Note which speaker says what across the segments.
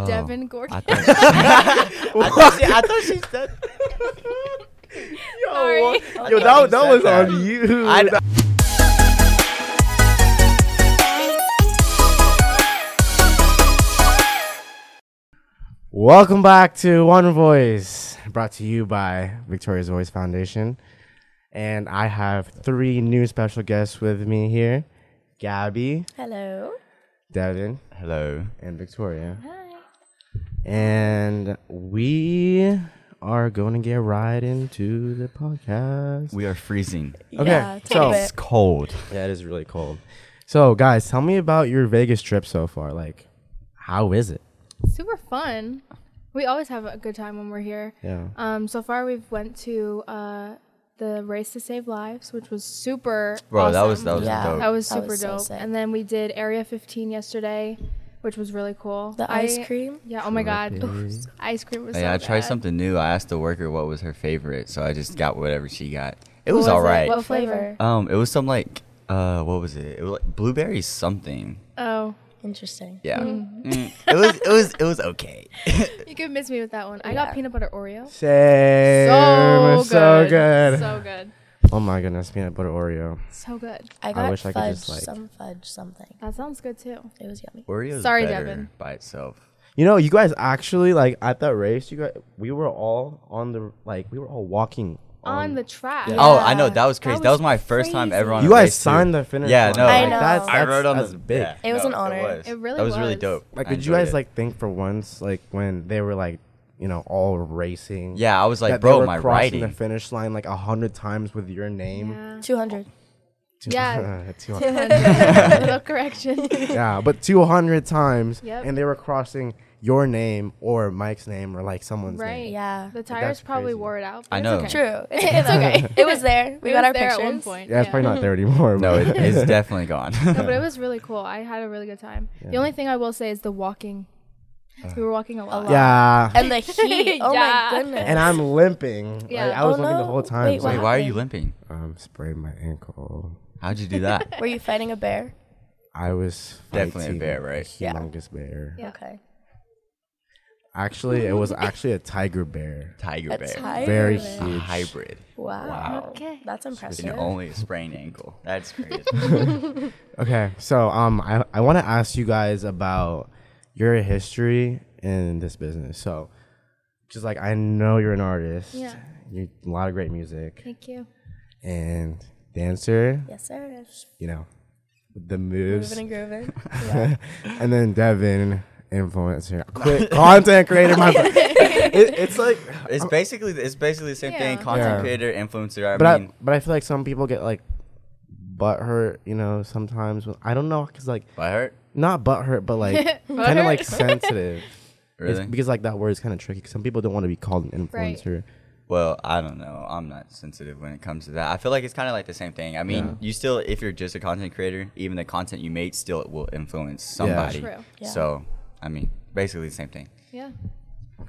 Speaker 1: Evan Gordon.
Speaker 2: Oh, I thought,
Speaker 3: I thought she, I thought she said.
Speaker 1: Sorry.
Speaker 3: Yo, that, that was on you. I, Welcome back to One Voice, brought to you by Victoria's Voice Foundation. And I have three new special guests with me here Gabby,
Speaker 1: Hello.
Speaker 3: Devin,
Speaker 2: hello.
Speaker 3: and Victoria. And we are going to get right into the podcast.
Speaker 2: We are freezing.
Speaker 3: Okay,
Speaker 1: Yeah, it's a
Speaker 3: so-
Speaker 1: bit-
Speaker 2: It's cold.
Speaker 3: Yeah, it is really cold. So, guys, tell me about your Vegas trip so far. Like, how is it?
Speaker 1: super fun. We always have a good time when we're here.
Speaker 3: Yeah.
Speaker 1: Um, so far we've went to uh, the race to save lives, which was super.
Speaker 2: Bro, that
Speaker 1: awesome.
Speaker 2: was- that was Yeah. dope.
Speaker 1: That was
Speaker 4: That
Speaker 1: super
Speaker 4: was so
Speaker 1: dope.
Speaker 4: sick.
Speaker 1: and then we did Area 15 yesterday, which was really cool.
Speaker 4: The
Speaker 1: I-
Speaker 4: ice cream?
Speaker 1: Yeah. Oh my god, ice cream was.
Speaker 2: yeah,
Speaker 1: so
Speaker 2: I tried
Speaker 1: bad.
Speaker 2: something new. I asked the worker what was her favorite, so I just got whatever she got. It
Speaker 1: What
Speaker 2: was, all right.
Speaker 1: What flavor? Uh,
Speaker 2: Um, it was some like uh, what was it? It was like blueberry something.
Speaker 1: Oh,
Speaker 4: Interesting.
Speaker 2: Yeah. Mm. It was it was it was okay.
Speaker 1: you could miss me with that one. I got
Speaker 4: Yeah.
Speaker 1: peanut butter Oreo.
Speaker 3: Same.
Speaker 1: So
Speaker 3: it's So
Speaker 1: good.
Speaker 3: good.
Speaker 1: So good.
Speaker 3: oh my goodness, peanut butter Oreo.
Speaker 1: So good.
Speaker 4: I got
Speaker 3: wish I
Speaker 4: fudge,
Speaker 3: could just, like-
Speaker 4: some fudge, something.
Speaker 1: That sounds good too.
Speaker 4: It was yummy.
Speaker 2: Oreo's
Speaker 1: Sorry,
Speaker 2: better
Speaker 1: Devin.
Speaker 2: by itself.
Speaker 3: You know, you guys actually like at that race. You guys, we were all on the like, we were all walking
Speaker 1: On the track.
Speaker 2: Oh, I know that was
Speaker 1: That
Speaker 2: crazy. That was,
Speaker 1: was
Speaker 2: my first time ever on.
Speaker 3: You
Speaker 2: a
Speaker 3: guys
Speaker 2: race, too.
Speaker 3: signed the finish
Speaker 2: Yeah,
Speaker 3: line.
Speaker 2: no,
Speaker 4: I
Speaker 2: like,
Speaker 4: know.
Speaker 2: That's,
Speaker 4: I
Speaker 2: rode on
Speaker 3: that's
Speaker 2: the
Speaker 3: big.
Speaker 2: yeah,
Speaker 4: It was
Speaker 2: no,
Speaker 4: an honor.
Speaker 1: It really
Speaker 2: that was, really
Speaker 1: was.
Speaker 2: dope.
Speaker 3: Like,
Speaker 2: I
Speaker 3: did you
Speaker 2: enjoyed
Speaker 3: guys
Speaker 2: it.
Speaker 3: like think for once, like when they were like, you know, all racing?
Speaker 2: Yeah, I was like,
Speaker 3: that they
Speaker 2: bro,
Speaker 3: were
Speaker 2: my
Speaker 3: crossing
Speaker 2: writing.
Speaker 3: the finish line like a hundred times with your name.
Speaker 1: Yeah.
Speaker 4: 200.
Speaker 1: Yeah.
Speaker 3: Two hundred.
Speaker 1: no correction.
Speaker 3: yeah, but 200 times,
Speaker 1: Yep.
Speaker 3: and they were crossing your name or Mike's name or like someone's
Speaker 1: Right.
Speaker 3: name.
Speaker 4: Yeah.
Speaker 1: The tires probably
Speaker 3: crazy.
Speaker 1: wore it out. but
Speaker 2: I
Speaker 1: it's
Speaker 2: know.
Speaker 1: okay.
Speaker 4: True.
Speaker 1: It's okay.
Speaker 4: it was there. We
Speaker 1: It
Speaker 4: got
Speaker 1: was
Speaker 4: our
Speaker 1: there
Speaker 4: pictures.
Speaker 1: at one point.
Speaker 3: Yeah, it's probably not there anymore.
Speaker 2: No,
Speaker 3: but-
Speaker 2: it is definitely gone.
Speaker 1: No, but it was really cool. I had a really good time. The only thing I will say is the walking. we were walking a lot.
Speaker 4: lot.
Speaker 3: Uh, yeah.
Speaker 4: And the heat. Oh
Speaker 1: Yeah.
Speaker 4: my goodness.
Speaker 3: And I'm limping.
Speaker 1: Yeah.
Speaker 3: Like, I was
Speaker 4: Oh,
Speaker 3: limping the
Speaker 4: no.
Speaker 3: whole time.
Speaker 4: Wait,
Speaker 3: so
Speaker 2: Wait,
Speaker 3: like,
Speaker 2: why are you limping?
Speaker 3: um, sprained my ankle.
Speaker 2: How'd you do that?
Speaker 4: Were you fighting a bear?
Speaker 3: I was
Speaker 2: Definitely a
Speaker 3: fighting
Speaker 2: bear, right?
Speaker 4: Yeah.
Speaker 3: Humongous bear.
Speaker 1: Yeah.
Speaker 4: Okay.
Speaker 3: Actually, it was actually a tiger bear.
Speaker 2: Tiger
Speaker 4: That's
Speaker 2: bear.
Speaker 4: high.
Speaker 3: Very
Speaker 4: really.
Speaker 2: A
Speaker 3: huge.
Speaker 2: hybrid.
Speaker 4: Wow.
Speaker 2: Wow.
Speaker 1: Okay.
Speaker 4: That's
Speaker 2: And
Speaker 4: impressive.
Speaker 2: only a sprained ankle. That's crazy.
Speaker 3: Okay, so um, I I want to ask you guys about your history in this business. So, just like I know you're an artist,
Speaker 1: Yeah.
Speaker 3: you a lot of great music
Speaker 1: Thank you.
Speaker 3: and dancer.
Speaker 4: Yes, sir.
Speaker 3: You know, the moves,
Speaker 4: Moving and grooving.
Speaker 3: and then Devin influencer, Quick content creator. My it, it's like,
Speaker 2: It's basically it's basically the same thing.
Speaker 1: Yeah.
Speaker 2: Content
Speaker 3: Yeah.
Speaker 2: creator, influencer. I
Speaker 3: but I,
Speaker 2: mean,
Speaker 3: but I feel like some people get like butt hurt. You know, sometimes when- I don't know because like
Speaker 2: I, hurt
Speaker 3: not butt hurt, but like kind of like sensitive. It's
Speaker 2: really.
Speaker 3: because like that word is kind of tricky. 'cause Some people don't want to be called an
Speaker 1: Right.
Speaker 3: influencer.
Speaker 2: Well, I don't know. I'm not sensitive when it comes to that. I feel like it's kind of like the same thing. I mean, you still, if you're just a content creator, even the content you made still will influence somebody.
Speaker 1: True.
Speaker 4: Yeah.
Speaker 2: So, I mean, basically the same thing.
Speaker 1: Yeah.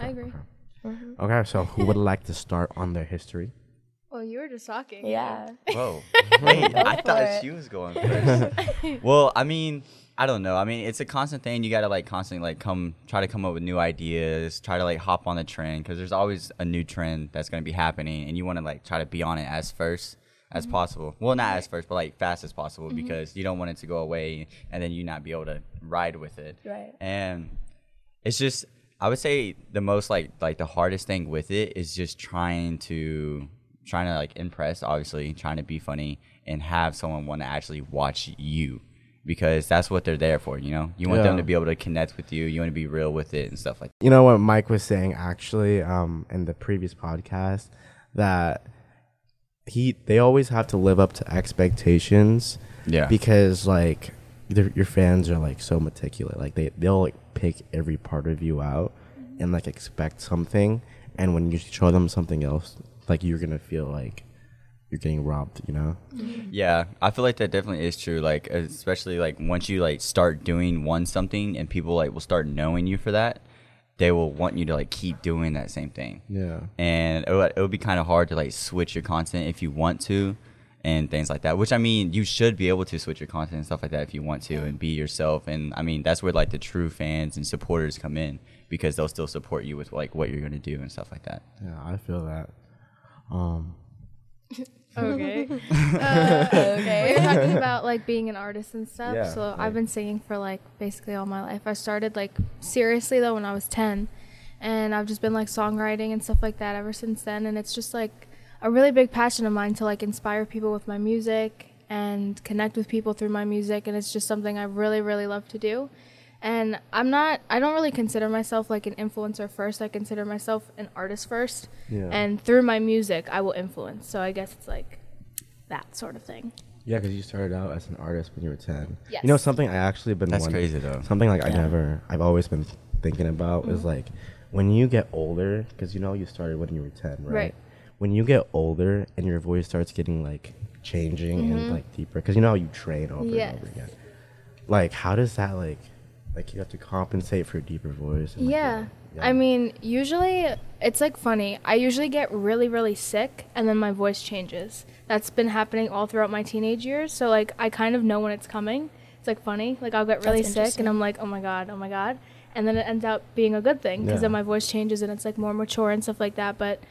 Speaker 1: I agree.
Speaker 4: Mm-hmm.
Speaker 3: Okay, so who would like to start on their history?
Speaker 1: Well, you were just talking.
Speaker 4: Yeah.
Speaker 2: Whoa. Wait, I
Speaker 4: for
Speaker 2: thought
Speaker 4: it.
Speaker 2: she was going first. well, I mean, I don't know. I mean, it's a constant thing. You got to like constantly like come try to come up with new ideas, try to like hop on the trend cuz there's always a new trend that's going to be happening and you want to like try to be on it as first as
Speaker 4: Mm-hmm.
Speaker 2: possible. Well, not as first, but like fast as possible because you don't want it to go away and then you not be able to ride with it.
Speaker 4: Right.
Speaker 2: And it's just I would say the most like like the hardest thing with it is just trying to trying to like impress, obviously, trying to be funny and have someone want to actually watch you because that's what they're there for, you know? You want them
Speaker 3: Yeah.
Speaker 2: to be able to connect with you, you want to be real with it and stuff like
Speaker 3: You know what Mike was saying actually um, in the previous podcast that he they always have to live up to expectations.
Speaker 2: Yeah.
Speaker 3: Because like their, your fans are like so meticulous. Like they they'll like pick every part of you out and like expect something, and when you show them something else, like you're gonna feel like you're getting robbed. You know.
Speaker 2: Yeah, I feel like that definitely is true. Like, especially like once you like start doing one something and people like will start knowing you for that, they will want you to like keep doing that same thing.
Speaker 3: Yeah.
Speaker 2: And it would, it would be kind of hard to like switch your content if you want to and things like that. Which I mean, you should be able to switch your content and stuff like that if you want to and be yourself. And I mean, that's where like the true fans and supporters come in because they'll still support you with like what you're gonna do and stuff like that.
Speaker 3: Yeah, I feel that. Um,
Speaker 1: Okay. we
Speaker 4: okay.
Speaker 1: were talking about like being an artist and stuff.
Speaker 3: Yeah,
Speaker 1: so
Speaker 3: like-
Speaker 1: I've been singing for like basically all my life. I started like seriously though when I was 10. And I've just been like songwriting and stuff like that ever since then. And it's just like a really big passion of mine to like inspire people with my music and connect with people through my music. And it's just something I really, really love to do. And I'm not, I don't really consider myself like an influencer first. I consider myself an artist first.
Speaker 3: Yeah.
Speaker 1: And through my music, I will influence. So I guess it's like that sort of thing.
Speaker 3: yeah, because you started out as an artist when you were ten.
Speaker 1: Yes.
Speaker 3: You know something I actually been
Speaker 2: That's
Speaker 3: wonder-
Speaker 2: crazy, though.
Speaker 3: Something like I
Speaker 4: Yeah.
Speaker 3: never, I've always been thinking about
Speaker 1: Mm-hmm.
Speaker 3: is like when you get older, because you know you started when you were ten, right?
Speaker 1: Right.
Speaker 3: When you get older and your voice starts getting like changing and like deeper, because you know how you train over
Speaker 1: Mm-hmm. Yes.
Speaker 3: and over again. Like, how does that like, like you have to compensate for a deeper voice? and, like,
Speaker 1: Yeah.
Speaker 3: yeah.
Speaker 1: I mean, usually it's like funny. I usually get really, really sick and then my voice changes. That's been happening all throughout my teenage years. So, like, I kind of know when it's coming. It's like funny. Like, I'll get really sick
Speaker 4: interesting.
Speaker 1: and I'm like, oh my God, oh my God. And then it ends up being a good thing because
Speaker 3: Yeah.
Speaker 1: then my voice changes and it's like more mature and stuff like that. But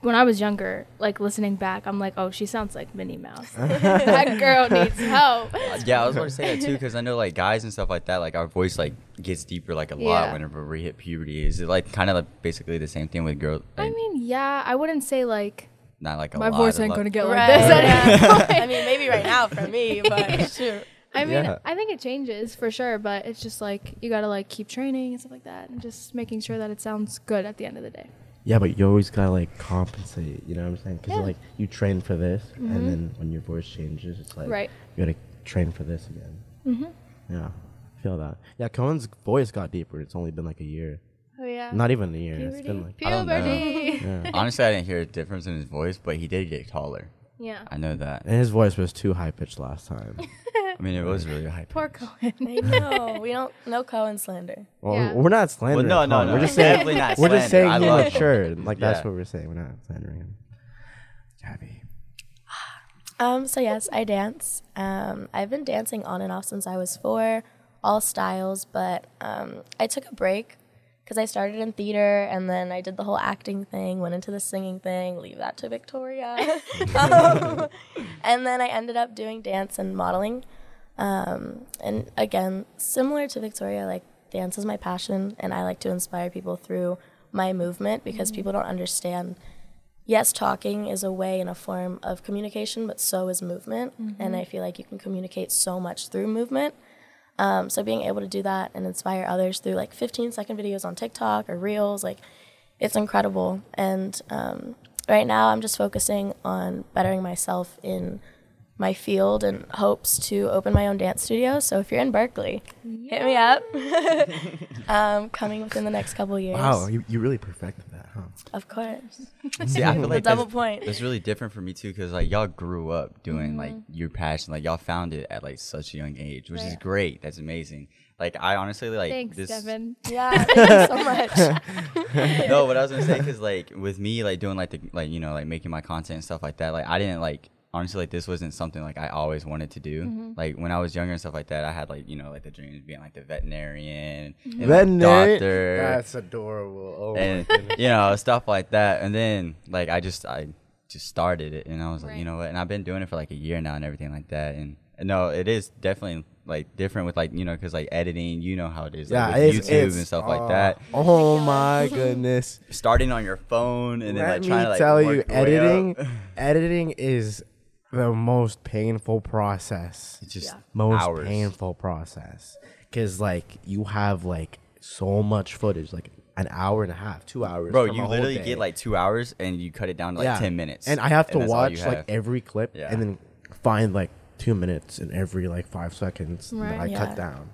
Speaker 1: when I was younger, like listening back, I'm like, oh, she sounds like Minnie Mouse. that girl needs help.
Speaker 2: yeah, I was going to say that too because I know like guys and stuff like that, like our voice like gets deeper like a lot
Speaker 1: Yeah.
Speaker 2: whenever we hit puberty. Is it like kind of like basically the same thing with girls?
Speaker 1: I mean, yeah, I wouldn't say like
Speaker 2: not like a
Speaker 1: my
Speaker 2: lot,
Speaker 1: voice
Speaker 2: a
Speaker 1: ain't
Speaker 2: lot-
Speaker 1: going to get like
Speaker 4: Right.
Speaker 1: this.
Speaker 4: yeah. I mean, maybe right now for me, but shoot.
Speaker 1: I mean,
Speaker 3: Yeah.
Speaker 1: I think it changes for sure, but it's just like you gotta like keep training and stuff like that, and just making sure that it sounds good at the end of the day.
Speaker 3: Yeah, but you always gotta like compensate. You know what I'm saying? Because
Speaker 1: Yeah.
Speaker 3: like you train for this,
Speaker 4: Mm-hmm.
Speaker 3: and then when your voice changes, it's like
Speaker 1: Right.
Speaker 3: you gotta train for this again. Mm-hmm. Yeah, feel that. Yeah, Cohen's voice got deeper. It's only been like a year,
Speaker 1: Oh yeah.
Speaker 3: not even a year. It's
Speaker 1: puberty.
Speaker 3: been like
Speaker 2: I don't know.
Speaker 1: puberty.
Speaker 3: yeah.
Speaker 2: Honestly, I didn't hear a difference in his voice, but he did get taller.
Speaker 1: yeah.
Speaker 2: I know that.
Speaker 3: And his voice was too high pitched last time.
Speaker 2: I mean, it was really high.
Speaker 1: Poor
Speaker 2: pitched.
Speaker 1: Cohen.
Speaker 4: I know. We don't no Cohen slander.
Speaker 3: Well,
Speaker 1: Yeah.
Speaker 3: we're not
Speaker 2: Well,
Speaker 3: slandering.
Speaker 2: no, no,
Speaker 3: Cohen.
Speaker 2: no.
Speaker 3: We're just saying.
Speaker 2: definitely not.
Speaker 3: We're just
Speaker 2: slander. I
Speaker 3: saying he
Speaker 2: love him.
Speaker 3: matured. Like that's
Speaker 2: Yeah.
Speaker 3: what we're saying. We're not slandering him. Gabby.
Speaker 4: Um, so yes, I dance. Um, I've been dancing on and off since I was four, all styles. But um, I took a break because I started in theater, and then I did the whole acting thing, went into the singing thing. Leave that to Victoria. um, and then I ended up doing dance and modeling. Um, and again, similar to Victoria, like dance is my passion, and I like to inspire people through my movement because people don't understand yes, talking is a way and a form of communication, but so is movement. And I feel like you can communicate so much through movement. Um, so being able to do that and inspire others through like 15 second videos on TikTok or Reels, like it's incredible. And um, right now I'm just focusing on bettering myself in my field and hopes to open my own dance studio. So if you're in Berkeley, hit me up. um, coming within the next couple years.
Speaker 3: Wow, you, you really perfected that, huh?
Speaker 4: Of course.
Speaker 2: See, I feel
Speaker 4: The
Speaker 2: like
Speaker 4: double
Speaker 2: that's-
Speaker 4: point.
Speaker 2: That's really different for me too, because like y'all grew up doing like
Speaker 1: Mm-hmm.
Speaker 2: your passion, like y'all found it at like such a young age, which is
Speaker 1: Right.
Speaker 2: great. That's amazing. Like I honestly like
Speaker 1: Thanks,
Speaker 2: this.
Speaker 1: Devin.
Speaker 4: Yeah, thank you so much.
Speaker 2: No, what I was gonna say because like with me like doing like the like you know like making my content and stuff like that, like I didn't like honestly like this wasn't something like I always wanted to do. Like when I was younger and stuff like that, I had like you know like the dream of being like the veterinarian, and, like, doctor,
Speaker 3: Mm-hmm. That's adorable. Oh
Speaker 2: and you know stuff like that and then like i just i just started it and i was like you
Speaker 1: Right.
Speaker 2: know what and i've been doing it for like a year now and everything like that and and no it is definitely like different with like you know because like editing you know how it is like, with youtube and stuff like that
Speaker 3: Oh my goodness!
Speaker 2: starting on your phone and then
Speaker 3: Let
Speaker 2: like
Speaker 3: me
Speaker 2: trying to like
Speaker 3: tell you,
Speaker 2: work your way up.
Speaker 3: editing, editing is the most painful process.
Speaker 2: It's just
Speaker 3: Most
Speaker 2: hours
Speaker 3: painful process, because like you have like so much footage, like an hour and a half, two hours.
Speaker 2: bro
Speaker 3: from
Speaker 2: you
Speaker 3: a whole
Speaker 2: literally
Speaker 3: day.
Speaker 2: get like two hours and you cut it down to like 10 minutes
Speaker 3: and I have to
Speaker 2: that's all you
Speaker 3: watch like
Speaker 2: have.
Speaker 3: every clip
Speaker 2: Yeah.
Speaker 3: and then find like two minutes in every like five seconds that
Speaker 1: Right.
Speaker 3: I
Speaker 4: Yeah.
Speaker 3: cut down.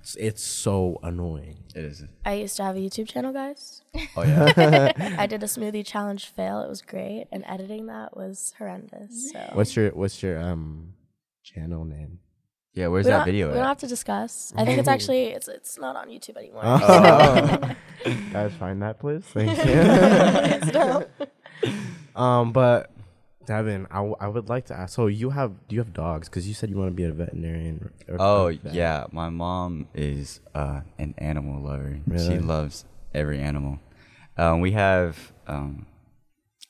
Speaker 3: It's, it's so annoying.
Speaker 2: it is
Speaker 4: I used to have a YouTube channel, guys.
Speaker 2: oh yeah
Speaker 4: I did a smoothie challenge fail. It was great, and editing that was horrendous. So
Speaker 3: What's your what's your um channel name?
Speaker 2: yeah where's
Speaker 4: we
Speaker 2: that
Speaker 4: don't-
Speaker 2: video
Speaker 4: We don't
Speaker 2: at?
Speaker 4: have to discuss. I think it's actually it's it's not on YouTube anymore.
Speaker 3: Guys, find that please. Thank you. um, but Devin, I, w- I would like to ask. So you have do you have dogs? Because you said you want to be a veterinarian. Or, or
Speaker 2: Oh
Speaker 3: vet.
Speaker 2: yeah, my mom is uh, an animal lover. She
Speaker 3: Really?
Speaker 2: loves every animal. Um, we have, um,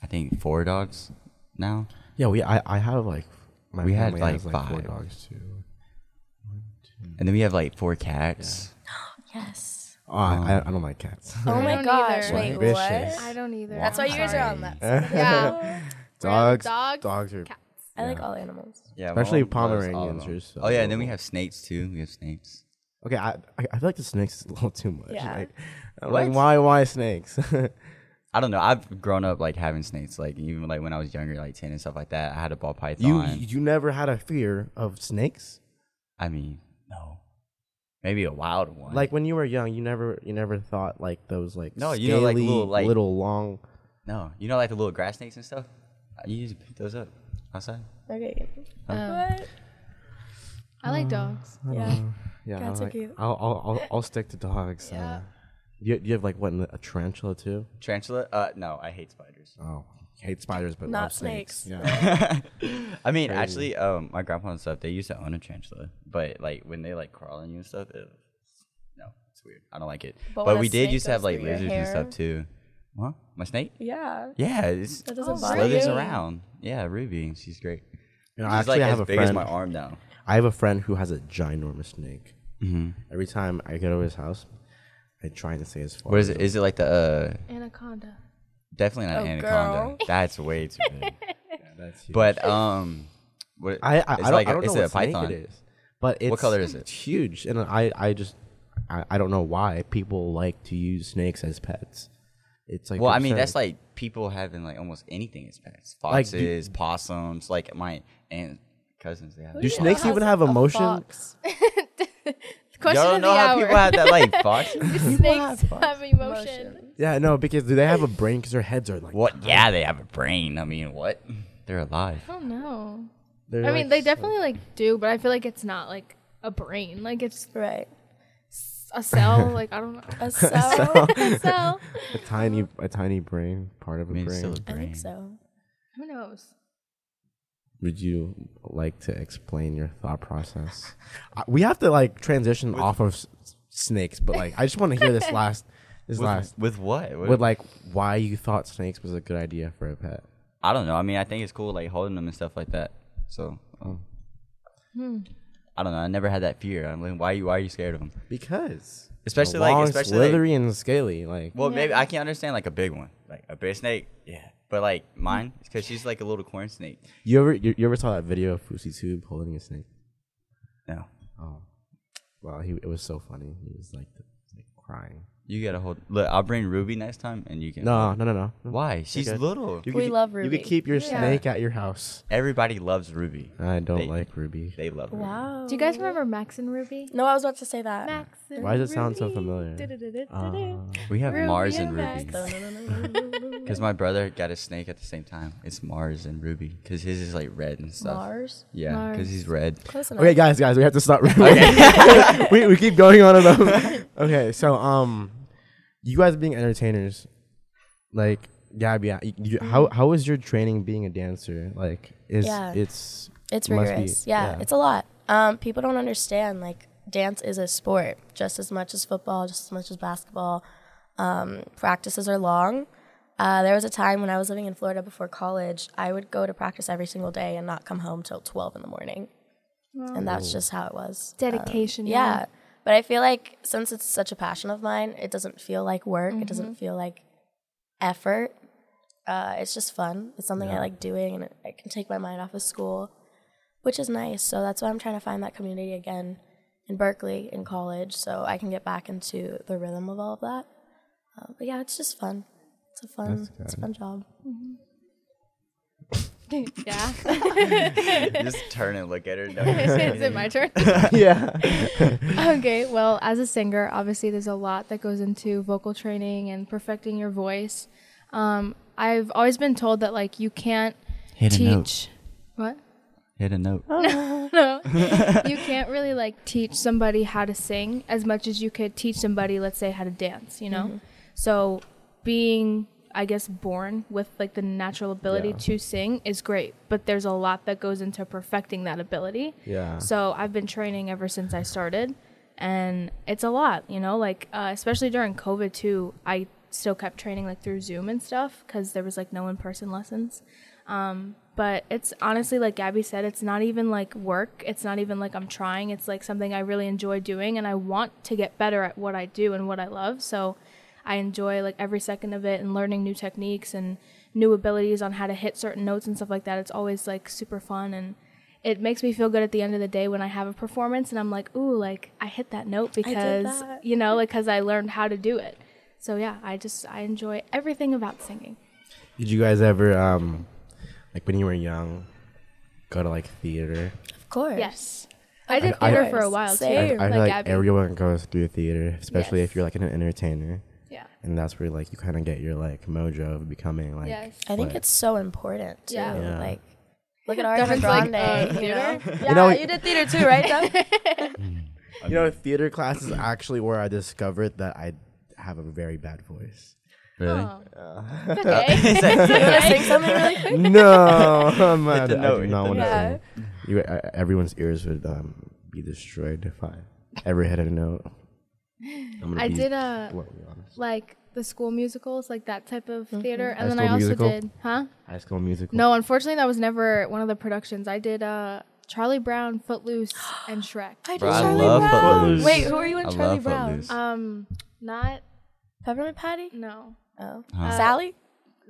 Speaker 2: I think, four dogs now.
Speaker 3: Yeah, we I, I have like my
Speaker 2: We had,
Speaker 3: family
Speaker 2: like,
Speaker 3: has, four
Speaker 2: five. Um,
Speaker 3: dogs too.
Speaker 2: And then we have like four cats.
Speaker 4: Yes.
Speaker 3: Oh, I, I don't like cats.
Speaker 4: Oh
Speaker 1: I
Speaker 4: my
Speaker 1: don't
Speaker 4: gosh.
Speaker 1: either.
Speaker 4: Wait,
Speaker 3: Vicious.
Speaker 4: what?
Speaker 1: I don't either.
Speaker 4: That's why you guys are on that. side.
Speaker 1: Yeah.
Speaker 3: dogs,
Speaker 1: dogs,
Speaker 3: dogs are
Speaker 4: I like all animals.
Speaker 2: Yeah, my
Speaker 3: Especially
Speaker 2: mom loves all of them.
Speaker 3: Pomeranians, they're so
Speaker 2: Oh yeah, and then we
Speaker 3: adorable.
Speaker 2: have snakes too. We have snakes.
Speaker 3: okay. I I I feel like the snakes is a little too much.
Speaker 4: Yeah.
Speaker 3: Like, I'm
Speaker 2: What?
Speaker 3: like why why snakes?
Speaker 2: I don't know. I've grown up like having snakes, like even like when I was younger, like ten and stuff like that. I had a ball
Speaker 3: you
Speaker 2: python.
Speaker 3: you never had a fear of snakes?
Speaker 2: I mean, no, maybe a wild one.
Speaker 3: Like when you were young, you never you never thought like those like
Speaker 2: No, you know, like,
Speaker 3: scaly,
Speaker 2: little, like-
Speaker 3: little long.
Speaker 2: no, you know, like the little grass snakes and stuff. You just pick those up outside.
Speaker 4: Okay. what?
Speaker 1: I like dogs.
Speaker 4: Yeah.
Speaker 3: Yeah,
Speaker 4: Cats
Speaker 3: I
Speaker 4: are
Speaker 3: like-
Speaker 4: cute.
Speaker 3: I'll I'll I'll, I'll stick to dogs. Uh, you you have like what a tarantula too?
Speaker 2: Tarantula? Uh, no, I hate spiders.
Speaker 3: Oh, hate spiders, but
Speaker 4: Not
Speaker 3: love snakes.
Speaker 4: snakes.
Speaker 3: Yeah.
Speaker 2: I mean, actually, um, my grandpa and stuff, they used to own a tarantula, but like when they like crawl on you and stuff, it, no, it's weird. I don't like it.
Speaker 4: But
Speaker 2: But,
Speaker 4: when a
Speaker 2: we did
Speaker 4: snake
Speaker 2: used to have
Speaker 4: goes
Speaker 2: like
Speaker 4: through your
Speaker 2: lizards and
Speaker 4: hair-
Speaker 2: stuff too. Huh? My snake?
Speaker 4: Yeah.
Speaker 2: Yeah, it's,
Speaker 4: That doesn't
Speaker 1: Oh,
Speaker 4: bother
Speaker 1: really?
Speaker 2: slithers
Speaker 4: you.
Speaker 2: around. Yeah, Ruby, she's great.
Speaker 3: You know,
Speaker 2: She's
Speaker 3: actually,
Speaker 2: like
Speaker 3: I have
Speaker 2: as
Speaker 3: a
Speaker 2: big
Speaker 3: friend.
Speaker 2: as my arm now.
Speaker 3: I have a friend who has a ginormous snake.
Speaker 2: Mm-hmm.
Speaker 3: Every time I go to his house, I try to say his
Speaker 2: What is it? Is it like the uh,
Speaker 1: Anaconda.
Speaker 2: definitely not an
Speaker 4: Oh,
Speaker 2: anaconda?
Speaker 4: girl.
Speaker 2: That's way too big.
Speaker 3: That's huge.
Speaker 2: But um, what?
Speaker 3: I I, I
Speaker 2: it's
Speaker 3: don't,
Speaker 2: like
Speaker 3: I
Speaker 2: a-
Speaker 3: don't know
Speaker 2: is
Speaker 3: what
Speaker 2: it a
Speaker 3: snake
Speaker 2: python?
Speaker 3: it is. But it's
Speaker 2: color is it?
Speaker 3: it's Huge, and I I just I, I don't know why people like to use snakes as pets. It's like
Speaker 2: Well, I mean,
Speaker 3: absurd.
Speaker 2: that's like people having like almost anything as pets:
Speaker 3: Like, do-
Speaker 2: foxes, possums. Like my aunt cousins, they have.
Speaker 3: do snakes even have emotion?
Speaker 4: Fox.
Speaker 1: Question
Speaker 2: Y'all don't
Speaker 1: of the
Speaker 2: know how
Speaker 1: hour.
Speaker 2: people have that like fox.
Speaker 1: Snakes have, emotion.
Speaker 4: Emotion.
Speaker 3: Yeah, no, because do they have a brain? Because their heads are like
Speaker 2: What? Yeah, they have a brain. I mean, what? They're alive.
Speaker 1: I don't know.
Speaker 3: they're
Speaker 1: I mean,
Speaker 3: like
Speaker 1: they
Speaker 3: so-
Speaker 1: definitely like do, but I feel like it's not like a brain. Like it's
Speaker 4: Right.
Speaker 1: a cell. like I don't know.
Speaker 4: A cell.
Speaker 1: A cell.
Speaker 3: a tiny a tiny brain part of
Speaker 2: I
Speaker 3: a
Speaker 2: mean,
Speaker 3: brain.
Speaker 2: it's still a
Speaker 4: I
Speaker 2: brain.
Speaker 4: think so.
Speaker 1: Who knows?
Speaker 3: Would you like to explain your thought process? I- we have to like transition off of s- snakes, but like I just want to hear this last this
Speaker 2: With,
Speaker 3: last
Speaker 2: with what?
Speaker 3: with like why you thought snakes was a good idea for a pet.
Speaker 2: I don't know. I mean, I think it's cool, like holding them and stuff like that. So, um,
Speaker 4: Hmm.
Speaker 2: I don't know. I never had that fear. I'm like, why? You, why are you scared of them?
Speaker 3: Because
Speaker 2: Especially,
Speaker 3: They're
Speaker 2: like-
Speaker 3: long,
Speaker 2: especially, like-
Speaker 3: slithery and scaly. Like
Speaker 2: Well, maybe I can understand like a big one, like a big snake. Yeah, but like mine,
Speaker 4: Mm.
Speaker 2: because she's like a little corn snake.
Speaker 3: you ever you, you ever saw that video of Fousey Tube holding a snake?
Speaker 2: No,
Speaker 3: Oh, wow, he it was so funny. He was like, like crying.
Speaker 2: you gotta hold. Look, I'll bring Ruby next time, and you can.
Speaker 3: No, no, no, no.
Speaker 2: Why? She's
Speaker 3: good.
Speaker 2: little.
Speaker 3: You
Speaker 4: We love
Speaker 3: You
Speaker 4: Ruby.
Speaker 3: could keep your
Speaker 1: Yeah.
Speaker 3: snake at your house.
Speaker 2: Everybody loves Ruby.
Speaker 3: I don't
Speaker 2: They-
Speaker 3: like Ruby.
Speaker 2: They love Ruby.
Speaker 4: Wow.
Speaker 1: Do you guys remember Max and Ruby?
Speaker 4: No, I was about to say that.
Speaker 1: Um, Max. And
Speaker 3: Why does it sound so
Speaker 1: Ruby.
Speaker 3: familiar? Um, Uh,
Speaker 1: Du-du-du-du-du-du.
Speaker 2: We have
Speaker 1: Ruby
Speaker 2: Mars and
Speaker 1: and
Speaker 2: Ruby.
Speaker 1: Max.
Speaker 2: Because my brother got a snake at the same time. It's Mars and Ruby. Because his is like red and stuff.
Speaker 4: Mars.
Speaker 2: Yeah, because he's red.
Speaker 4: Close enough.
Speaker 3: Okay, guys, guys, we have to stop. we, we keep going on about. Okay, so um, you guys being entertainers, like Gabby, I- you, how how is your training being a dancer? Like, is
Speaker 4: Yeah.
Speaker 3: it's
Speaker 4: It's
Speaker 3: must be-
Speaker 4: rigorous. yeah, it's a lot. Um, people don't understand like dance is a sport just as much as football, just as much as basketball. Um, practices are long. Uh, there was a time when I was living in Florida before college. I would go to practice every single day and not come home till twelve in the morning, and that's just how it was.
Speaker 1: Dedication.
Speaker 4: Yeah. But I feel like since it's such a passion of mine, it doesn't feel like work. It
Speaker 1: Mm-hmm.
Speaker 4: doesn't feel like effort. Uh, it's just fun. It's something I like doing, and I can take my mind off of school, which is nice. So that's why I'm trying to find that community again in Berkeley in college, so I can get back into the rhythm of all of that. Uh, but yeah, it's just fun. It's a fun. It's a fun job.
Speaker 1: Yeah.
Speaker 2: Just turn and look at her. No.
Speaker 1: Is it my turn?
Speaker 3: yeah.
Speaker 1: okay, well, as a singer, obviously there's a lot that goes into vocal training and perfecting your voice. Um, I've always been told that like you can't
Speaker 2: Hit a note.
Speaker 1: teach what?
Speaker 2: Hit a note.
Speaker 1: no. you can't really like teach somebody how to sing as much as you could teach somebody, let's say, how to dance, you know?
Speaker 3: Mm-hmm.
Speaker 1: So being, I guess, born with like the natural ability
Speaker 3: Yeah.
Speaker 1: to sing is great, but there's a lot that goes into perfecting that ability.
Speaker 3: Yeah.
Speaker 1: So I've been training ever since I started. and it's a lot you know like uh, especially during covid too i still kept training like through zoom and stuff because there was like no in-person lessons um, but it's honestly like gabby said it's not even like work it's not even like i'm trying it's like something i really enjoy doing and i want to get better at what i do and what i love so i enjoy like every second of it and learning new techniques and new abilities on how to hit certain notes and stuff like that it's always like super fun and it makes me feel good at the end of the day when I have a performance and I'm like, ooh, like I hit that note because
Speaker 4: that.
Speaker 1: you know, like because I learned how to do it. So yeah, I just I enjoy everything about singing.
Speaker 3: Did you guys ever, um, like when you were young, go to like theater?
Speaker 4: Of course.
Speaker 1: Yes, I did
Speaker 3: I-
Speaker 1: theater for a while too.
Speaker 4: I-
Speaker 3: I, I
Speaker 4: Same.
Speaker 3: feel
Speaker 1: like
Speaker 3: like
Speaker 1: Abby.
Speaker 3: everyone goes through theater, especially
Speaker 1: Yes.
Speaker 3: if you're like an entertainer,
Speaker 1: yeah,
Speaker 3: and that's where like you kind of get your like mojo of becoming like.
Speaker 1: yes.
Speaker 4: I think
Speaker 3: Right.
Speaker 4: it's so important too.
Speaker 1: Yeah.
Speaker 3: Yeah.
Speaker 4: Like, look at Ariana
Speaker 1: Devin's
Speaker 4: Grande.
Speaker 1: like, uh,
Speaker 4: you know? yeah,
Speaker 3: know-
Speaker 4: Oh, you did theater too, right? Devin?
Speaker 2: I
Speaker 3: You know,
Speaker 2: mean,
Speaker 3: theater class is actually where I discovered that I have a very bad voice.
Speaker 2: really?
Speaker 1: Oh. Okay.
Speaker 4: you want to sing something really quick?
Speaker 3: no, I'm not,
Speaker 2: the
Speaker 3: I
Speaker 2: note,
Speaker 3: do
Speaker 2: hit
Speaker 3: not
Speaker 2: the
Speaker 3: want
Speaker 4: note.
Speaker 3: to sing. You, uh, everyone's ears would um, be destroyed if I ever hit a note. I'm gonna
Speaker 1: I
Speaker 3: be
Speaker 1: did uh, a
Speaker 3: bluntly honest.
Speaker 1: like the school musicals, like that type of
Speaker 4: Mm-hmm.
Speaker 1: theater,
Speaker 3: High
Speaker 1: and then
Speaker 3: School
Speaker 1: I also
Speaker 3: Musical?
Speaker 1: did, huh?
Speaker 3: high school musical.
Speaker 1: No, unfortunately, that was never one of the productions. I did uh, Charlie Brown, Footloose, and Shrek.
Speaker 4: I did
Speaker 2: Bro, I
Speaker 4: Charlie
Speaker 2: love
Speaker 4: Brown.
Speaker 2: Footloose.
Speaker 4: Wait, who are you in
Speaker 2: I
Speaker 4: Charlie
Speaker 2: love
Speaker 4: Brown?
Speaker 2: Footloose.
Speaker 1: Um, not
Speaker 4: Peppermint Patty?
Speaker 1: no.
Speaker 4: Oh.
Speaker 2: Huh.
Speaker 4: Sally?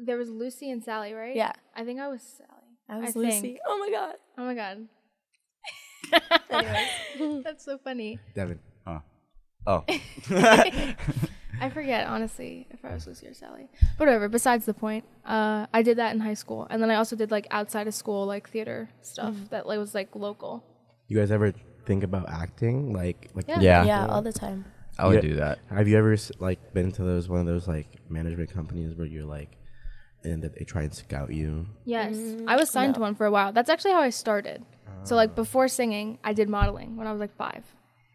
Speaker 1: There was Lucy and Sally, right?
Speaker 4: Yeah.
Speaker 1: I think I was Sally.
Speaker 4: I
Speaker 1: I
Speaker 4: was
Speaker 1: think.
Speaker 4: Lucy. Oh my god.
Speaker 1: Oh my god. That's so funny.
Speaker 3: Devin.
Speaker 2: oh,
Speaker 1: I forget honestly if I was Lucy or Sally. But whatever, besides the point. Uh I did that in high school. And then I also did like outside of school like theater stuff
Speaker 2: Mm.
Speaker 1: that like was like local.
Speaker 3: You guys ever think about acting? Like, like
Speaker 1: Yeah.
Speaker 2: yeah.
Speaker 4: Yeah, all the time.
Speaker 2: I would
Speaker 3: Yeah.
Speaker 2: do that.
Speaker 3: Have you ever s- like been to those one of those like management companies where you're like, and that they try and scout you?
Speaker 1: Yes. Mm-hmm. I was signed to one for a while. That's actually how I started. So
Speaker 2: Ah.
Speaker 1: like before singing, I did modeling when I was like 5.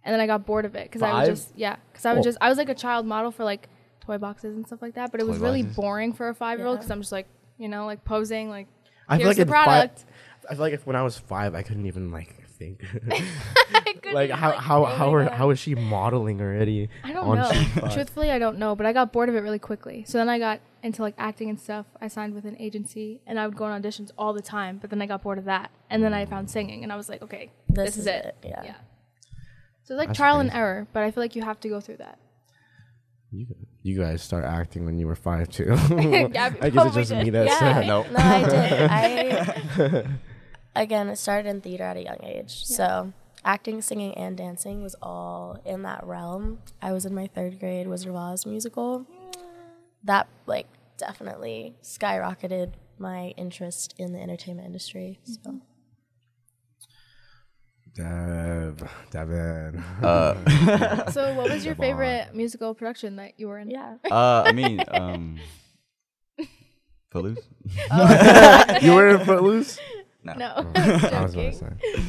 Speaker 1: And then I got bored of it cuz I
Speaker 2: Five?
Speaker 1: was just yeah, cuz I was
Speaker 2: Oh.
Speaker 1: just I was like a child model for like toy boxes and stuff like that, but it was
Speaker 2: Toy
Speaker 1: really
Speaker 2: boxes?
Speaker 1: boring for a 5-year-old cuz I'm just like, you know, like posing like
Speaker 3: I
Speaker 1: Here's the
Speaker 3: if fi-
Speaker 1: product.
Speaker 3: I feel like if when I was five, I couldn't even like think.
Speaker 1: I couldn't
Speaker 3: like
Speaker 1: even,
Speaker 3: how how
Speaker 1: oh
Speaker 3: how
Speaker 1: my
Speaker 3: are,
Speaker 1: God.
Speaker 3: how is she modeling already?
Speaker 1: I don't
Speaker 3: on
Speaker 1: know.
Speaker 3: Shopify?
Speaker 1: Truthfully, I don't know, but I got bored of it really quickly. So then I got into like acting and stuff. I signed with an agency and I would go on auditions all the time, but then I got bored of that. And then I found singing and I was like, okay, this, is, it.
Speaker 4: Yeah.
Speaker 1: Yeah. So it's like
Speaker 3: That's
Speaker 1: trial and
Speaker 3: crazy.
Speaker 1: error, but I feel like you have to go through that.
Speaker 3: You, you guys start acting when you were five too.
Speaker 1: Gabby
Speaker 3: Oh, I guess it's
Speaker 1: probably
Speaker 3: just
Speaker 1: did.
Speaker 3: me that's
Speaker 4: Yeah.
Speaker 2: Nope.
Speaker 4: No, I did. I again I started in theater at a young age. So acting, singing, and dancing was all in that realm. I was in my third grade Wizard of Oz musical. That like definitely skyrocketed my interest in the entertainment industry. So
Speaker 3: Dev, Devin.
Speaker 1: So what was your favorite musical production that you were in?
Speaker 4: yeah.
Speaker 2: Uh, I mean, um, Footloose.
Speaker 3: you were in Footloose.
Speaker 2: No.
Speaker 1: No.
Speaker 3: I was gonna
Speaker 1: Joking.
Speaker 3: say.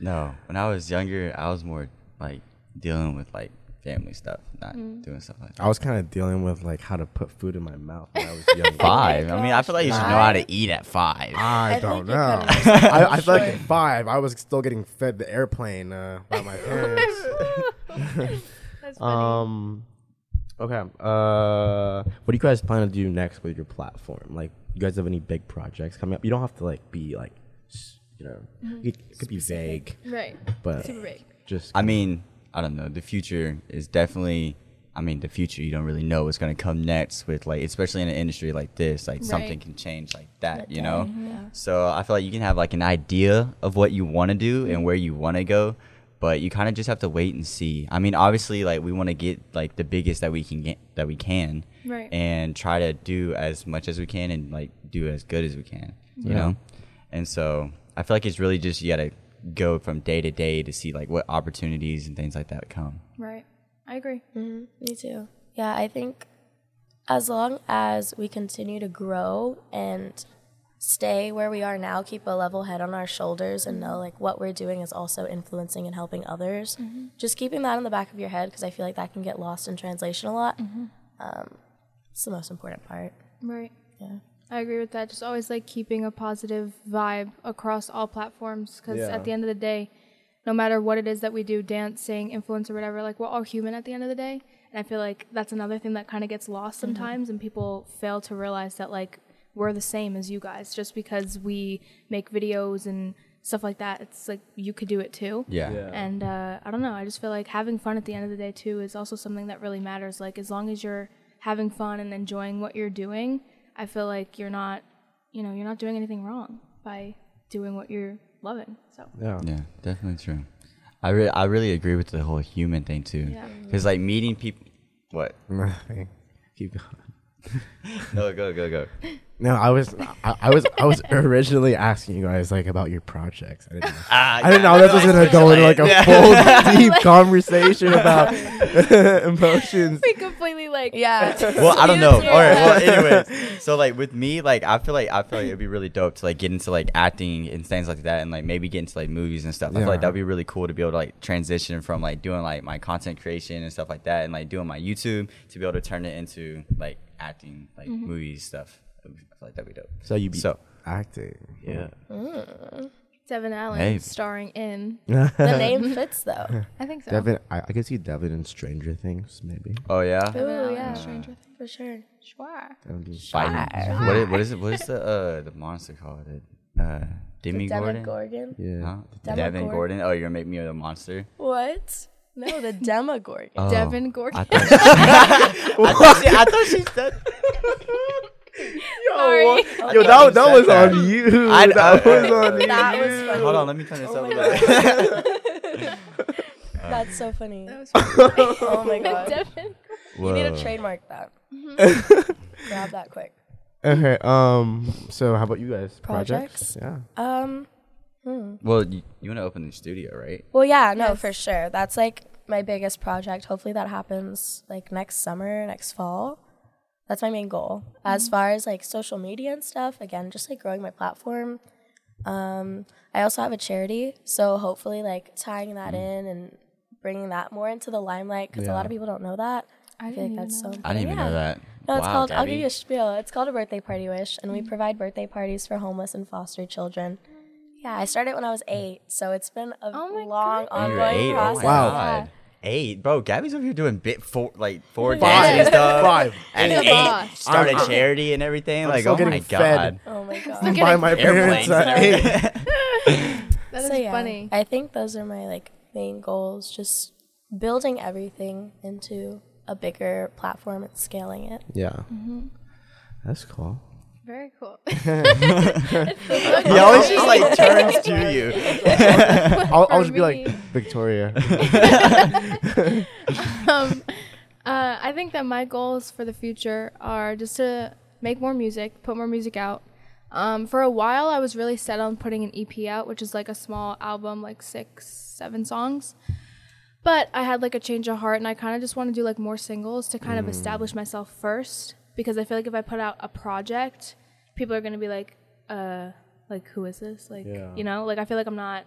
Speaker 2: No, when I was younger, I was more like dealing with like family stuff, not doing stuff like that.
Speaker 3: I was kind of dealing with like how to put food in my mouth when I was young.
Speaker 2: Five. I mean, I feel like you should know how to eat at Oh five.
Speaker 3: I,
Speaker 4: I
Speaker 3: don't
Speaker 4: think you
Speaker 3: know.
Speaker 4: kinda
Speaker 3: I, I feel like at five, I was still getting fed the airplane uh, by my parents.
Speaker 1: That's funny.
Speaker 3: um, okay. Uh, what do you guys plan to do next with your platform? Like, you guys have any big projects coming up? You don't have to like be like, s- you know, it, it could be vague,
Speaker 1: right.
Speaker 3: but
Speaker 1: Mm-hmm. Super big.
Speaker 3: just
Speaker 2: I mean, I don't know. The future is definitely. I mean, the future. You don't really know what's gonna come next with like, especially in an industry like this. Like something
Speaker 1: Right.
Speaker 2: can change like that. You know. So I feel like you can have like an idea of what you want to do and where you want to go, but you kind of just have to wait and see. I mean, obviously, like we want to get like the biggest that we can get that we can,
Speaker 1: Right.
Speaker 2: And try to do as much as we can and like do as good as we can. You
Speaker 3: Yeah.
Speaker 2: know. And so I feel like it's really just you gotta go from day to day to see like what opportunities and things like that come.
Speaker 1: Right. I agree.
Speaker 4: Mm-hmm. Me too. Yeah, I think as long as we continue to grow and stay where we are now, keep a level head on our shoulders and know like what we're doing is also influencing and helping others. Just keeping that in the back of your head because I feel like that can get lost in translation a lot. Um, it's the most important part.
Speaker 1: Right.
Speaker 4: Yeah.
Speaker 1: I agree with that. Just always like keeping a positive vibe across all platforms because
Speaker 3: Yeah.
Speaker 1: at the end of the day, no matter what it is that we do, dance, sing, influence, or whatever, like we're all human at the end of the day. And I feel like that's another thing that kind of gets lost sometimes, and people fail to realize that like we're the same as you guys. Just because we make videos and stuff like that, it's like you could do it too.
Speaker 2: Yeah.
Speaker 3: Yeah.
Speaker 1: And uh, I don't know. I just feel like having fun at the end of the day too is also something that really matters. Like as long as you're having fun and enjoying what you're doing, I feel like you're not, you know, you're not doing anything wrong by doing what you're loving. So
Speaker 3: Yeah.
Speaker 2: Yeah, definitely true. I re- I really agree with the whole human thing too.
Speaker 1: Yeah.
Speaker 2: Cuz like meeting people what?
Speaker 3: Nothing. Keep going.
Speaker 2: No, go go go.
Speaker 3: No, I was, I, I was, I was originally asking you guys like about your projects. I didn't,
Speaker 2: Ah,
Speaker 3: I didn't know this was gonna go into like a full deep conversation about emotions.
Speaker 1: we completely like
Speaker 4: Yeah.
Speaker 2: well, I don't know. All
Speaker 4: too.
Speaker 2: right. Well, anyways, so like with me, like I feel like I feel like it'd be really dope to like get into like acting and things like that, and like maybe get into like movies and stuff. I feel
Speaker 3: Yeah.
Speaker 2: like that'd be really cool to be able to like transition from like doing like my content creation and stuff like that, and like doing my YouTube to be able to turn it into like acting, like movies stuff. I feel like that'd be dope.
Speaker 3: So you be
Speaker 2: So-
Speaker 3: acting. Yeah.
Speaker 1: Devin Allen
Speaker 2: Hey.
Speaker 1: starring in.
Speaker 4: the name fits though.
Speaker 1: I think so.
Speaker 3: Devin, I, I could see Devin in Stranger Things maybe.
Speaker 2: Oh yeah.
Speaker 1: Devin Allen in
Speaker 4: yeah.
Speaker 1: Stranger Things.
Speaker 4: For sure.
Speaker 1: Sure.
Speaker 3: That would be-
Speaker 2: Biden. What is, what is it? What is the uh the monster called? It uh, Demi Gordon.
Speaker 4: Demogorgon.
Speaker 3: Yeah.
Speaker 2: Huh?
Speaker 4: Demi
Speaker 2: Devin
Speaker 4: Gordon.
Speaker 2: Gordon. Oh, you're gonna make me the monster.
Speaker 4: What? No, the Demogorgon.
Speaker 2: Oh.
Speaker 1: Devin Gordon.
Speaker 2: I thought she, I thought she, I thought she said.
Speaker 1: Sorry.
Speaker 3: Yo, that, that
Speaker 2: said
Speaker 3: was
Speaker 2: that.
Speaker 3: on you.
Speaker 2: I-
Speaker 3: that
Speaker 2: uh,
Speaker 3: was
Speaker 2: uh,
Speaker 3: on you.
Speaker 4: that was funny.
Speaker 2: Hold on, let me turn this up a
Speaker 4: my
Speaker 2: little bit.
Speaker 4: That's so funny.
Speaker 1: That was funny.
Speaker 4: Oh my god.
Speaker 1: Devin.
Speaker 4: You need to trademark that. Grab that quick.
Speaker 3: Okay. Um. So, how about you guys?
Speaker 4: Projects?
Speaker 3: Yeah.
Speaker 4: Um.
Speaker 2: Well, you, you want to open the studio, right?
Speaker 4: Well, yeah, no,
Speaker 1: Yes.
Speaker 4: for sure. That's like my biggest project. Hopefully, that happens like next summer, next fall. That's my main goal.
Speaker 1: Mm-hmm.
Speaker 4: As far as like social media and stuff, again, just like growing my platform. Um, I also have a charity, so hopefully, like tying that in and bringing that more into the limelight because a lot
Speaker 3: Yeah.
Speaker 4: of people don't know that.
Speaker 1: I
Speaker 4: I feel
Speaker 1: didn't
Speaker 4: like
Speaker 1: even
Speaker 4: that's so.
Speaker 1: know that.
Speaker 2: I didn't even
Speaker 4: Yeah.
Speaker 2: know that.
Speaker 4: No, it's
Speaker 2: Wow,
Speaker 4: called. I'll
Speaker 2: Gabby.
Speaker 4: give you a spiel. It's called a birthday party wish, and
Speaker 1: Mm.
Speaker 4: we provide birthday parties for homeless and foster children. Yeah, I started when I was eight, so it's been a
Speaker 1: Oh my
Speaker 4: long,
Speaker 1: goodness.
Speaker 2: You're
Speaker 4: ongoing
Speaker 2: eight. Oh
Speaker 4: process.
Speaker 2: my
Speaker 3: Wow.
Speaker 2: god. Eight, bro. Gabby's over here doing bit four, like four
Speaker 4: Five.
Speaker 2: dances and stuff.
Speaker 3: Uh, Five.
Speaker 2: And
Speaker 1: She's a
Speaker 2: eight.
Speaker 1: boss.
Speaker 2: Start a
Speaker 3: I'm-
Speaker 2: charity and everything. like, oh
Speaker 3: still
Speaker 2: my
Speaker 3: getting fed.
Speaker 2: god.
Speaker 4: Oh my
Speaker 1: Look
Speaker 4: god.
Speaker 1: at
Speaker 3: By
Speaker 1: it.
Speaker 3: my
Speaker 2: Airplanes
Speaker 3: parents. uh,
Speaker 2: and
Speaker 3: at eight.
Speaker 2: everything.
Speaker 1: That is
Speaker 4: So yeah,
Speaker 1: funny.
Speaker 4: I think those are my like main goals. Just building everything into a bigger platform and scaling it.
Speaker 3: Yeah. That's cool.
Speaker 1: Very cool.
Speaker 2: he always just like turns to you.
Speaker 3: I'll, I'll
Speaker 1: For
Speaker 3: just be like
Speaker 1: me-
Speaker 3: Victoria.
Speaker 1: um, uh, I think that my goals for the future are just to make more music, put more music out. Um, for a while, I was really set on putting an EP out, which is like a small album, like six, seven songs. But I had like a change of heart, and I kind of just want to do like more singles to kind of establish myself first, because I feel like if I put out a project, people are gonna be like, uh, like who is this? Like,
Speaker 3: Yeah.
Speaker 1: you know, like I feel like I'm not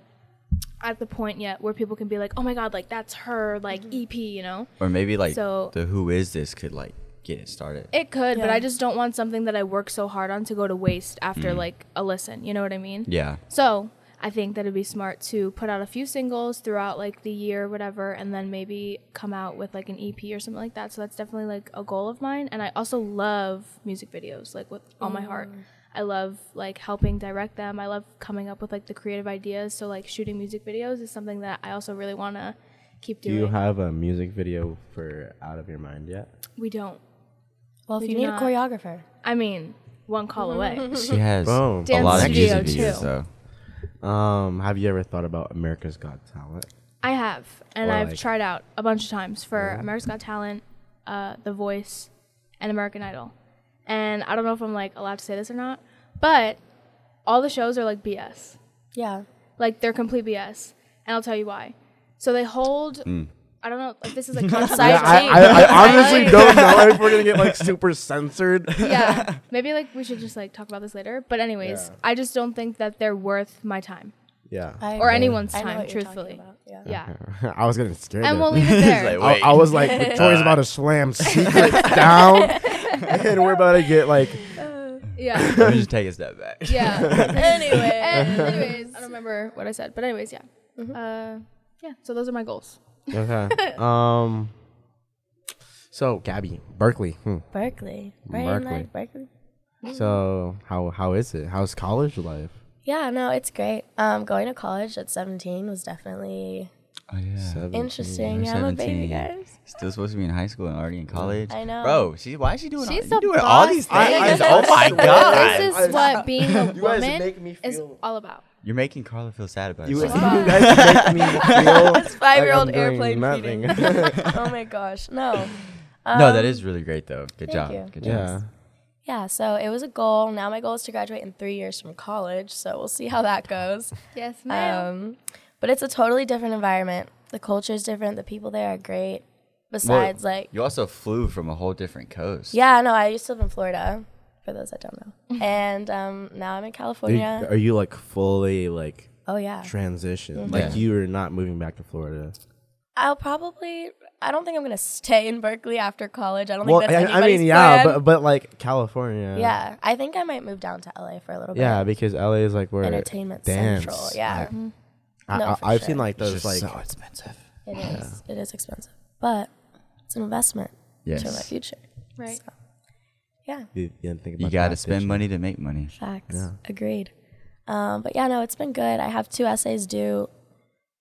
Speaker 1: at the point yet where people can be like, oh my god, like that's her like EP, you know?
Speaker 2: Or maybe like
Speaker 1: So-
Speaker 2: the who is this could like get it started.
Speaker 1: It could, but
Speaker 4: Yeah.
Speaker 1: I just don't want something that I work so hard on to go to waste after
Speaker 3: Mm.
Speaker 1: like a listen. You know what I mean?
Speaker 2: Yeah.
Speaker 1: So I think that it'd be smart to put out a few singles throughout like the year, whatever, and then maybe come out with like an EP or something like that. So that's definitely like a goal of mine. And I also love music videos, like with all my heart. I love like helping direct them. I love coming up with like the creative ideas. So like shooting music videos is something that I also really want to keep
Speaker 3: Do
Speaker 1: doing.
Speaker 3: you have a music video for Out of Your Mind yet?
Speaker 1: we don't.
Speaker 4: Well,
Speaker 1: We
Speaker 4: if you
Speaker 1: do
Speaker 4: need
Speaker 1: not-
Speaker 4: a choreographer,
Speaker 1: I mean, one call away.
Speaker 2: She has
Speaker 3: Boom.
Speaker 2: a
Speaker 1: Dance
Speaker 2: lot of
Speaker 1: studio,
Speaker 2: music videos
Speaker 1: too.
Speaker 2: though.
Speaker 3: Um, have you ever thought about America's Got Talent?
Speaker 1: I have, and
Speaker 3: Or,
Speaker 1: I've
Speaker 3: like-
Speaker 1: tried out a bunch of times for America's Got Talent, uh, The Voice, and American Idol. And I don't know if I'm like allowed to say this or not, but all the shows are like BS.
Speaker 4: yeah,
Speaker 1: Like they're complete BS, and I'll tell you why. So they hold. I don't know. Like this is like
Speaker 4: I
Speaker 1: side
Speaker 4: see.
Speaker 3: Hmm. I, I, I honestly
Speaker 1: Really?
Speaker 3: don't know if we're gonna get like super censored.
Speaker 1: yeah. Maybe like we should just like talk about this later. But anyways,
Speaker 3: Yeah.
Speaker 1: I just don't think that they're worth my time
Speaker 3: Yeah.
Speaker 4: I,
Speaker 1: or anyone's
Speaker 4: I know
Speaker 1: time.
Speaker 4: what you're talking
Speaker 1: Truthfully,
Speaker 4: about. Yeah.
Speaker 1: yeah.
Speaker 3: I was getting scared.
Speaker 1: And
Speaker 3: there.
Speaker 1: we'll leave it
Speaker 2: He's
Speaker 1: there.
Speaker 2: like,
Speaker 3: I,
Speaker 2: wait.
Speaker 3: I was like, Victoria's about to slam secrets down, and we're about to get like,
Speaker 1: yeah.
Speaker 2: Let me just take a step back.
Speaker 1: Yeah.
Speaker 4: Anyway,
Speaker 1: Anyways, I don't remember what I said, but anyways, yeah. Uh, yeah, so those are my goals.
Speaker 3: Okay. um. So Gabby, Berkeley. Hmm.
Speaker 4: Mm-hmm. Berkeley, right?
Speaker 3: Berkeley.
Speaker 4: Berkeley. Like Berkeley.
Speaker 3: So how how is it? How's college life?
Speaker 4: Yeah, no, it's great. Um, going to college at 17 was definitely
Speaker 2: Oh yeah.
Speaker 3: Seven.
Speaker 4: interesting. Yeah, I'm a baby,
Speaker 2: 17.
Speaker 4: guys.
Speaker 2: Still supposed to be in high school and already in college.
Speaker 4: I know.
Speaker 2: Bro, she, why is she doing,
Speaker 1: She's
Speaker 2: all, you
Speaker 1: a
Speaker 2: doing all
Speaker 1: boss
Speaker 2: these
Speaker 1: bitch.
Speaker 2: things? oh my God.
Speaker 1: This is what being a
Speaker 3: You guys
Speaker 1: woman
Speaker 3: make me
Speaker 1: is
Speaker 3: feel-
Speaker 1: all about.
Speaker 2: You're making Carla feel sad about
Speaker 3: You, you
Speaker 2: herself.
Speaker 3: guys make me feel
Speaker 4: Five-year-old
Speaker 3: like I'm doing
Speaker 4: airplane
Speaker 3: nothing.
Speaker 4: feeding. oh my gosh, no.
Speaker 2: no, that is really great though. Good
Speaker 4: Um,
Speaker 2: job.
Speaker 4: thank you.
Speaker 2: Good job.
Speaker 3: yeah.
Speaker 4: Yeah, so it was a goal. Now my goal is to graduate in three years from college, so we'll see how that goes.
Speaker 1: Yes, ma'am.
Speaker 4: Um, but it's a totally different environment. The culture is different. The people there are great. Besides, like,
Speaker 2: You also flew from a whole different coast.
Speaker 4: yeah, no, I used to live in Florida, for those that don't know. and um, now I'm in California.
Speaker 3: Are you like fully like
Speaker 4: oh, yeah.
Speaker 3: transition?
Speaker 4: Mm-hmm.
Speaker 2: Yeah.
Speaker 3: Like you are not moving back to Florida.
Speaker 4: I'll probably, I don't think I'm going to stay in Berkeley after college. I don't
Speaker 3: Well,
Speaker 4: think that's
Speaker 3: I, I
Speaker 4: anybody's
Speaker 3: mean, yeah,
Speaker 4: plan.
Speaker 3: but but like California.
Speaker 4: yeah, I think I might move down to LA for a little
Speaker 3: Yeah,
Speaker 4: bit.
Speaker 3: because LA is like where
Speaker 4: Entertainment
Speaker 3: dance,
Speaker 4: Central. Yeah, Mm-hmm.
Speaker 3: I,
Speaker 4: No,
Speaker 3: I,
Speaker 4: for
Speaker 3: I've
Speaker 4: sure.
Speaker 3: seen like
Speaker 2: It's
Speaker 3: those
Speaker 2: just
Speaker 3: like
Speaker 2: so expensive.
Speaker 4: it is. It is expensive, but it's an investment to my
Speaker 2: Yes.
Speaker 4: future.
Speaker 1: right.
Speaker 4: Yeah.
Speaker 3: you, didn't think about
Speaker 2: You gotta
Speaker 3: that,
Speaker 2: spend
Speaker 3: did
Speaker 2: money to make money.
Speaker 4: Facts. Agreed. Um, but yeah, no, it's been good. I have two essays due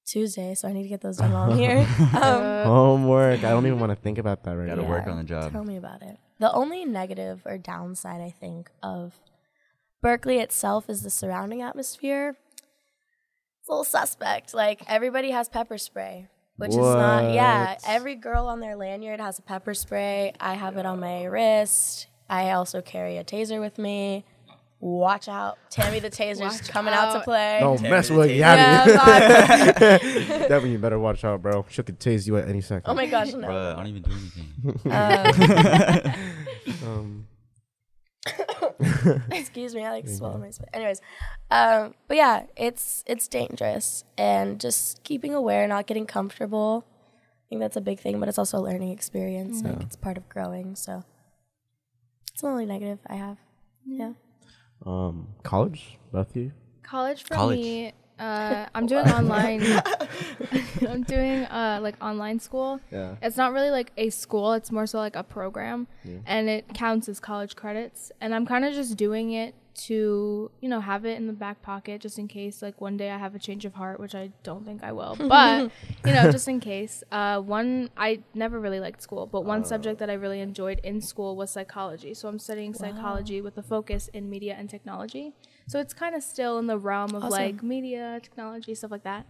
Speaker 4: Tuesday, so I need to get those done while I'm here. Um,
Speaker 3: you? Homework. I don't even want to think about that right
Speaker 2: Gotta
Speaker 3: now.
Speaker 2: work on the job.
Speaker 1: Um,
Speaker 4: tell me about it. The only negative or downside, I think, of Berkeley itself is the surrounding atmosphere. It's a little suspect. Like, everybody has pepper spray, which is not, yeah.
Speaker 3: What?
Speaker 4: Every girl on their lanyard has a pepper spray. I have it on my wrist. I also carry a taser with me. Watch out. Tammy the taser's
Speaker 1: Watch
Speaker 4: coming out. to
Speaker 1: out.
Speaker 4: play.
Speaker 3: Don't mess with
Speaker 4: Yeah,
Speaker 3: Gabby.
Speaker 4: God.
Speaker 3: that one you better watch out, bro. She could tase you at any second.
Speaker 4: oh my gosh, no.
Speaker 2: Bruh, I don't even do anything.
Speaker 4: Oh.
Speaker 3: Um,
Speaker 4: Excuse me, I like swallowed my spit. Anyways, um, but yeah, it's it's dangerous and just keeping aware, not getting comfortable. I think that's a big thing, but it's also a learning experience. Like it's part of growing. So it's the only negative I have. Yeah.
Speaker 3: um, college, both of you.
Speaker 1: College for
Speaker 2: College.
Speaker 1: me. Uh, I'm doing online. I'm doing uh, like online school.
Speaker 3: Yeah.
Speaker 1: It's not really like a school. It's more so like a program, and it counts as college credits. And I'm kind of just doing it to you know have it in the back pocket just in case like one day I have a change of heart, which I don't think I will. But you know, just in case. Uh, one I never really liked school, but one subject that I really enjoyed in school was psychology. So I'm studying psychology with a focus in media and technology. So it's kind of still in the realm of
Speaker 4: Awesome.
Speaker 1: like media, technology, stuff like that.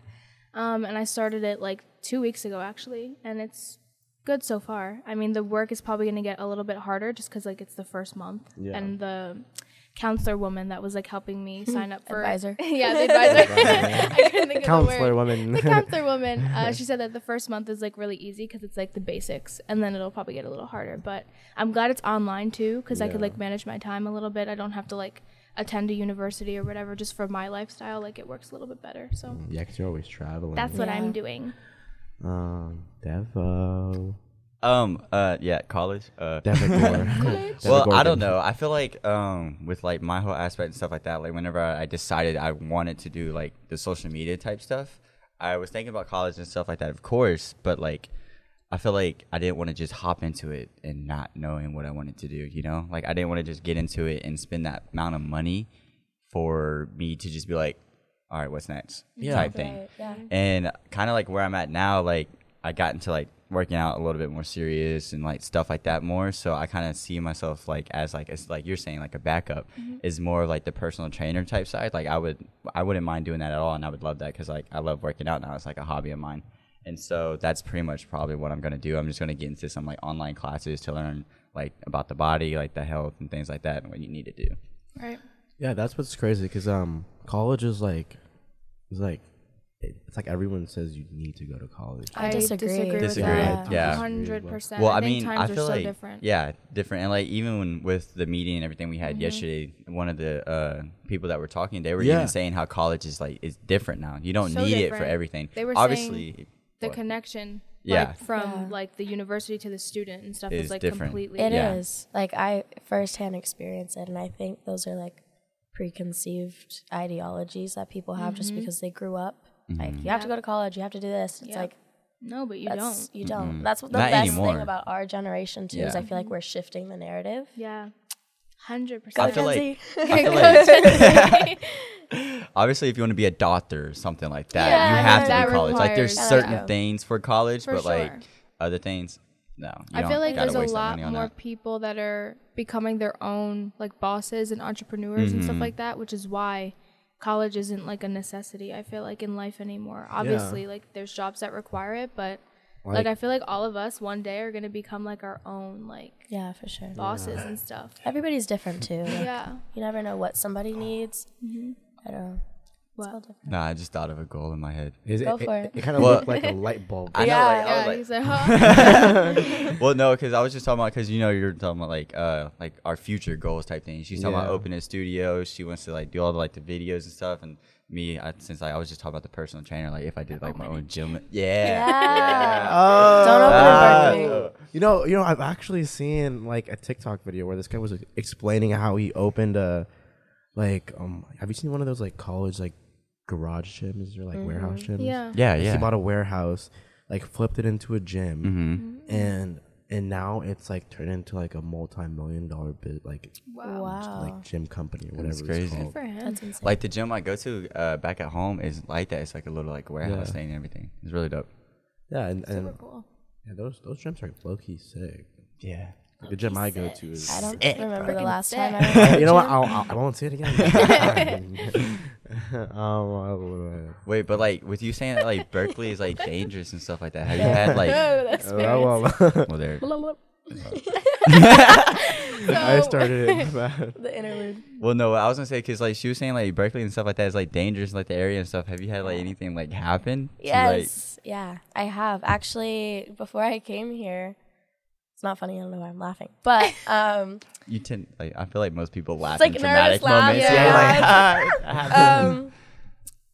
Speaker 1: Um, and I started it like two weeks ago actually, and it's good so far. I mean, the work is probably going to get a little bit harder just because like it's the first month,
Speaker 3: Yeah.
Speaker 1: and the counselor woman that was like helping me sign up for
Speaker 4: Advisor.
Speaker 1: yeah, the advisor. I couldn't think of the word
Speaker 3: Counselor woman.
Speaker 1: the counselor woman uh, she said that the first month is like really easy because it's like the basics and then it'll probably get a little harder but i'm glad it's online too because i could like manage my time a little bit i don't have to like attend a university or whatever just for my lifestyle like it works a little bit better so
Speaker 3: yeah, because you're always traveling.
Speaker 1: that's what i'm
Speaker 4: Yeah.
Speaker 1: doing
Speaker 3: um, Devo.
Speaker 2: um, uh, yeah, college. Uh,
Speaker 3: Devo Gore. Devo
Speaker 2: well, I
Speaker 3: Gorgon.
Speaker 2: don't know. I feel like um, with like my whole aspect and stuff like that. Like whenever I I decided I wanted to do like the social media type stuff, I was thinking about college and stuff like that, of course. But like, I feel like I didn't want to just hop into it and not knowing what I wanted to do. You know, like I didn't want to just get into it and spend that amount of money for me to just be like, all right, what's next? Yeah, type thing
Speaker 4: Right, yeah.
Speaker 2: and kind of like where I'm at now, like I got into like working out a little bit more serious and like stuff like that more. So I kind of see myself like as like it's like you're saying like a backup is more of like the personal trainer type side. Like I would I wouldn't mind doing that at all, and I would love that because like I love working out now. It's like a hobby of mine, and so that's pretty much probably what I'm gonna do. I'm just gonna get into some like online classes to learn like about the body, like the health and things like that, and what you need to do.
Speaker 1: right
Speaker 3: Yeah, that's what's crazy because um, college is like, it's like, it- it's like everyone says you need to go to college.
Speaker 4: I disagree.
Speaker 2: Disagree.
Speaker 1: With that.
Speaker 2: Yeah.
Speaker 1: 100%.
Speaker 2: Well,
Speaker 1: I,
Speaker 2: I,
Speaker 1: think
Speaker 2: mean, I
Speaker 1: times
Speaker 2: feel
Speaker 1: are so
Speaker 2: like
Speaker 1: different. Mm-hmm.
Speaker 2: yeah, different, and like even when, with the meeting and everything we had yesterday, one of the uh, people that were talking, they were
Speaker 3: Yeah.
Speaker 2: even saying how college is like is different now. You don't
Speaker 1: So
Speaker 2: need it for
Speaker 1: different.
Speaker 2: everything.
Speaker 1: They were
Speaker 2: obviously
Speaker 1: The
Speaker 2: what?
Speaker 1: connection
Speaker 2: Yeah.
Speaker 1: like, from
Speaker 4: Yeah.
Speaker 1: like the university to the student and stuff is,
Speaker 2: Is
Speaker 1: like
Speaker 2: different.
Speaker 1: completely
Speaker 4: It is
Speaker 2: Yeah.
Speaker 4: Like I firsthand experience it and I Mm-hmm. think those are like preconceived ideologies that people have just because they grew up Like you have to go to college, you have to do this. It's
Speaker 1: Yeah.
Speaker 4: like
Speaker 1: No, but you
Speaker 4: that's
Speaker 1: don't.
Speaker 4: you don't. That's what the
Speaker 2: Mm-hmm. Not
Speaker 4: best
Speaker 2: anymore.
Speaker 4: thing about our generation too is
Speaker 2: Yeah.
Speaker 4: I feel like we're shifting the narrative.
Speaker 1: Yeah, hundred
Speaker 2: I
Speaker 1: percent.
Speaker 2: feel like
Speaker 4: Gen Z.
Speaker 2: I feel like- obviously if you want to be a doctor or something like that,
Speaker 1: Yeah,
Speaker 2: you
Speaker 1: I
Speaker 2: have
Speaker 1: know.
Speaker 2: to
Speaker 1: That
Speaker 2: do college. Like there's
Speaker 1: requires-
Speaker 2: certain
Speaker 4: Yeah.
Speaker 2: things for college,
Speaker 1: For
Speaker 2: but like
Speaker 1: sure.
Speaker 2: other things, no. you
Speaker 1: I
Speaker 2: don't
Speaker 1: feel like
Speaker 2: gotta
Speaker 1: there's a
Speaker 2: waste that
Speaker 1: lot
Speaker 2: money on
Speaker 1: more
Speaker 2: that.
Speaker 1: people that are becoming their own like bosses and entrepreneurs and
Speaker 2: Mm-hmm.
Speaker 1: stuff like that, which is why college isn't like a necessity. I feel like in life anymore. Obviously, like there's jobs that require it, but like,
Speaker 3: Like-
Speaker 1: I feel like all of us one day are gonna become like our own like
Speaker 4: yeah, for sure.
Speaker 1: bosses and stuff.
Speaker 4: Everybody's different too. Like,
Speaker 1: Yeah.
Speaker 4: You never know what somebody needs.
Speaker 1: Mm-hmm.
Speaker 4: I don't know.
Speaker 1: Well,
Speaker 2: No, I just thought of a goal in my head.
Speaker 3: Is it,
Speaker 4: Go
Speaker 3: it,
Speaker 4: for it.
Speaker 3: kind of
Speaker 2: Well-
Speaker 3: looked like a light bulb.
Speaker 2: I know, like,
Speaker 4: Yeah.
Speaker 2: I was
Speaker 1: yeah,
Speaker 2: like-
Speaker 1: he's like, huh?
Speaker 2: well, no, because I was just talking about because you know you're talking about like uh like our future goals type thing. She's talking about
Speaker 3: Yeah.
Speaker 2: opening a studio. She wants to like do all the like the videos and stuff. And me, I, since like, I was just talking about the personal trainer, like if I did like my own gym, yeah,
Speaker 4: Yeah.
Speaker 3: Oh,
Speaker 4: Don't open a
Speaker 2: Uh,
Speaker 4: burger.
Speaker 3: you know, you know, I've actually seen like a TikTok video where this guy was like, explaining how he opened a like um. Have you seen one of those like college like garage gyms or like warehouse gyms?
Speaker 1: yeah.
Speaker 2: yeah,
Speaker 3: He
Speaker 2: yeah. Mm-hmm.
Speaker 3: bought a warehouse, like flipped it into a gym, and and now it's like turned into like a multi-million dollar bit like
Speaker 1: Wow.
Speaker 4: Wow.
Speaker 3: like gym company or whatever it's
Speaker 2: crazy.
Speaker 3: called.
Speaker 1: For him.
Speaker 4: That's insane.
Speaker 2: Like the gym I go to uh, back at home is like that. It's like a little like warehouse
Speaker 3: Yeah.
Speaker 2: thing and everything. It's really dope.
Speaker 3: Yeah, and,
Speaker 1: Super
Speaker 3: and
Speaker 1: cool.
Speaker 3: yeah, those those gyms are low key sick.
Speaker 2: Yeah.
Speaker 3: Like the gym I go to is.
Speaker 4: I don't remember the last time I
Speaker 1: sick.
Speaker 4: went to
Speaker 3: you know what?
Speaker 4: gym.
Speaker 3: I'll, I'll, I won't say it again. um,
Speaker 2: Wait, but like with you saying that like Berkeley is like dangerous and stuff like that. Have you had like?
Speaker 3: I, well,
Speaker 2: Well, there.
Speaker 3: I started it. my bad.
Speaker 4: the interlude.
Speaker 2: Well, no, I was gonna say because like she was saying like Berkeley and stuff like that is like dangerous, like the area and stuff. Have you had like anything like happen? to, like-
Speaker 4: Yes. yeah, I have. Actually, before I came here, it's not funny. I don't know why I'm laughing. But um,
Speaker 2: you tend like I feel like most people laugh
Speaker 4: It's like
Speaker 2: in
Speaker 4: nervous
Speaker 2: dramatic
Speaker 4: laugh.
Speaker 2: moments.
Speaker 4: Yeah.
Speaker 2: like,
Speaker 4: um,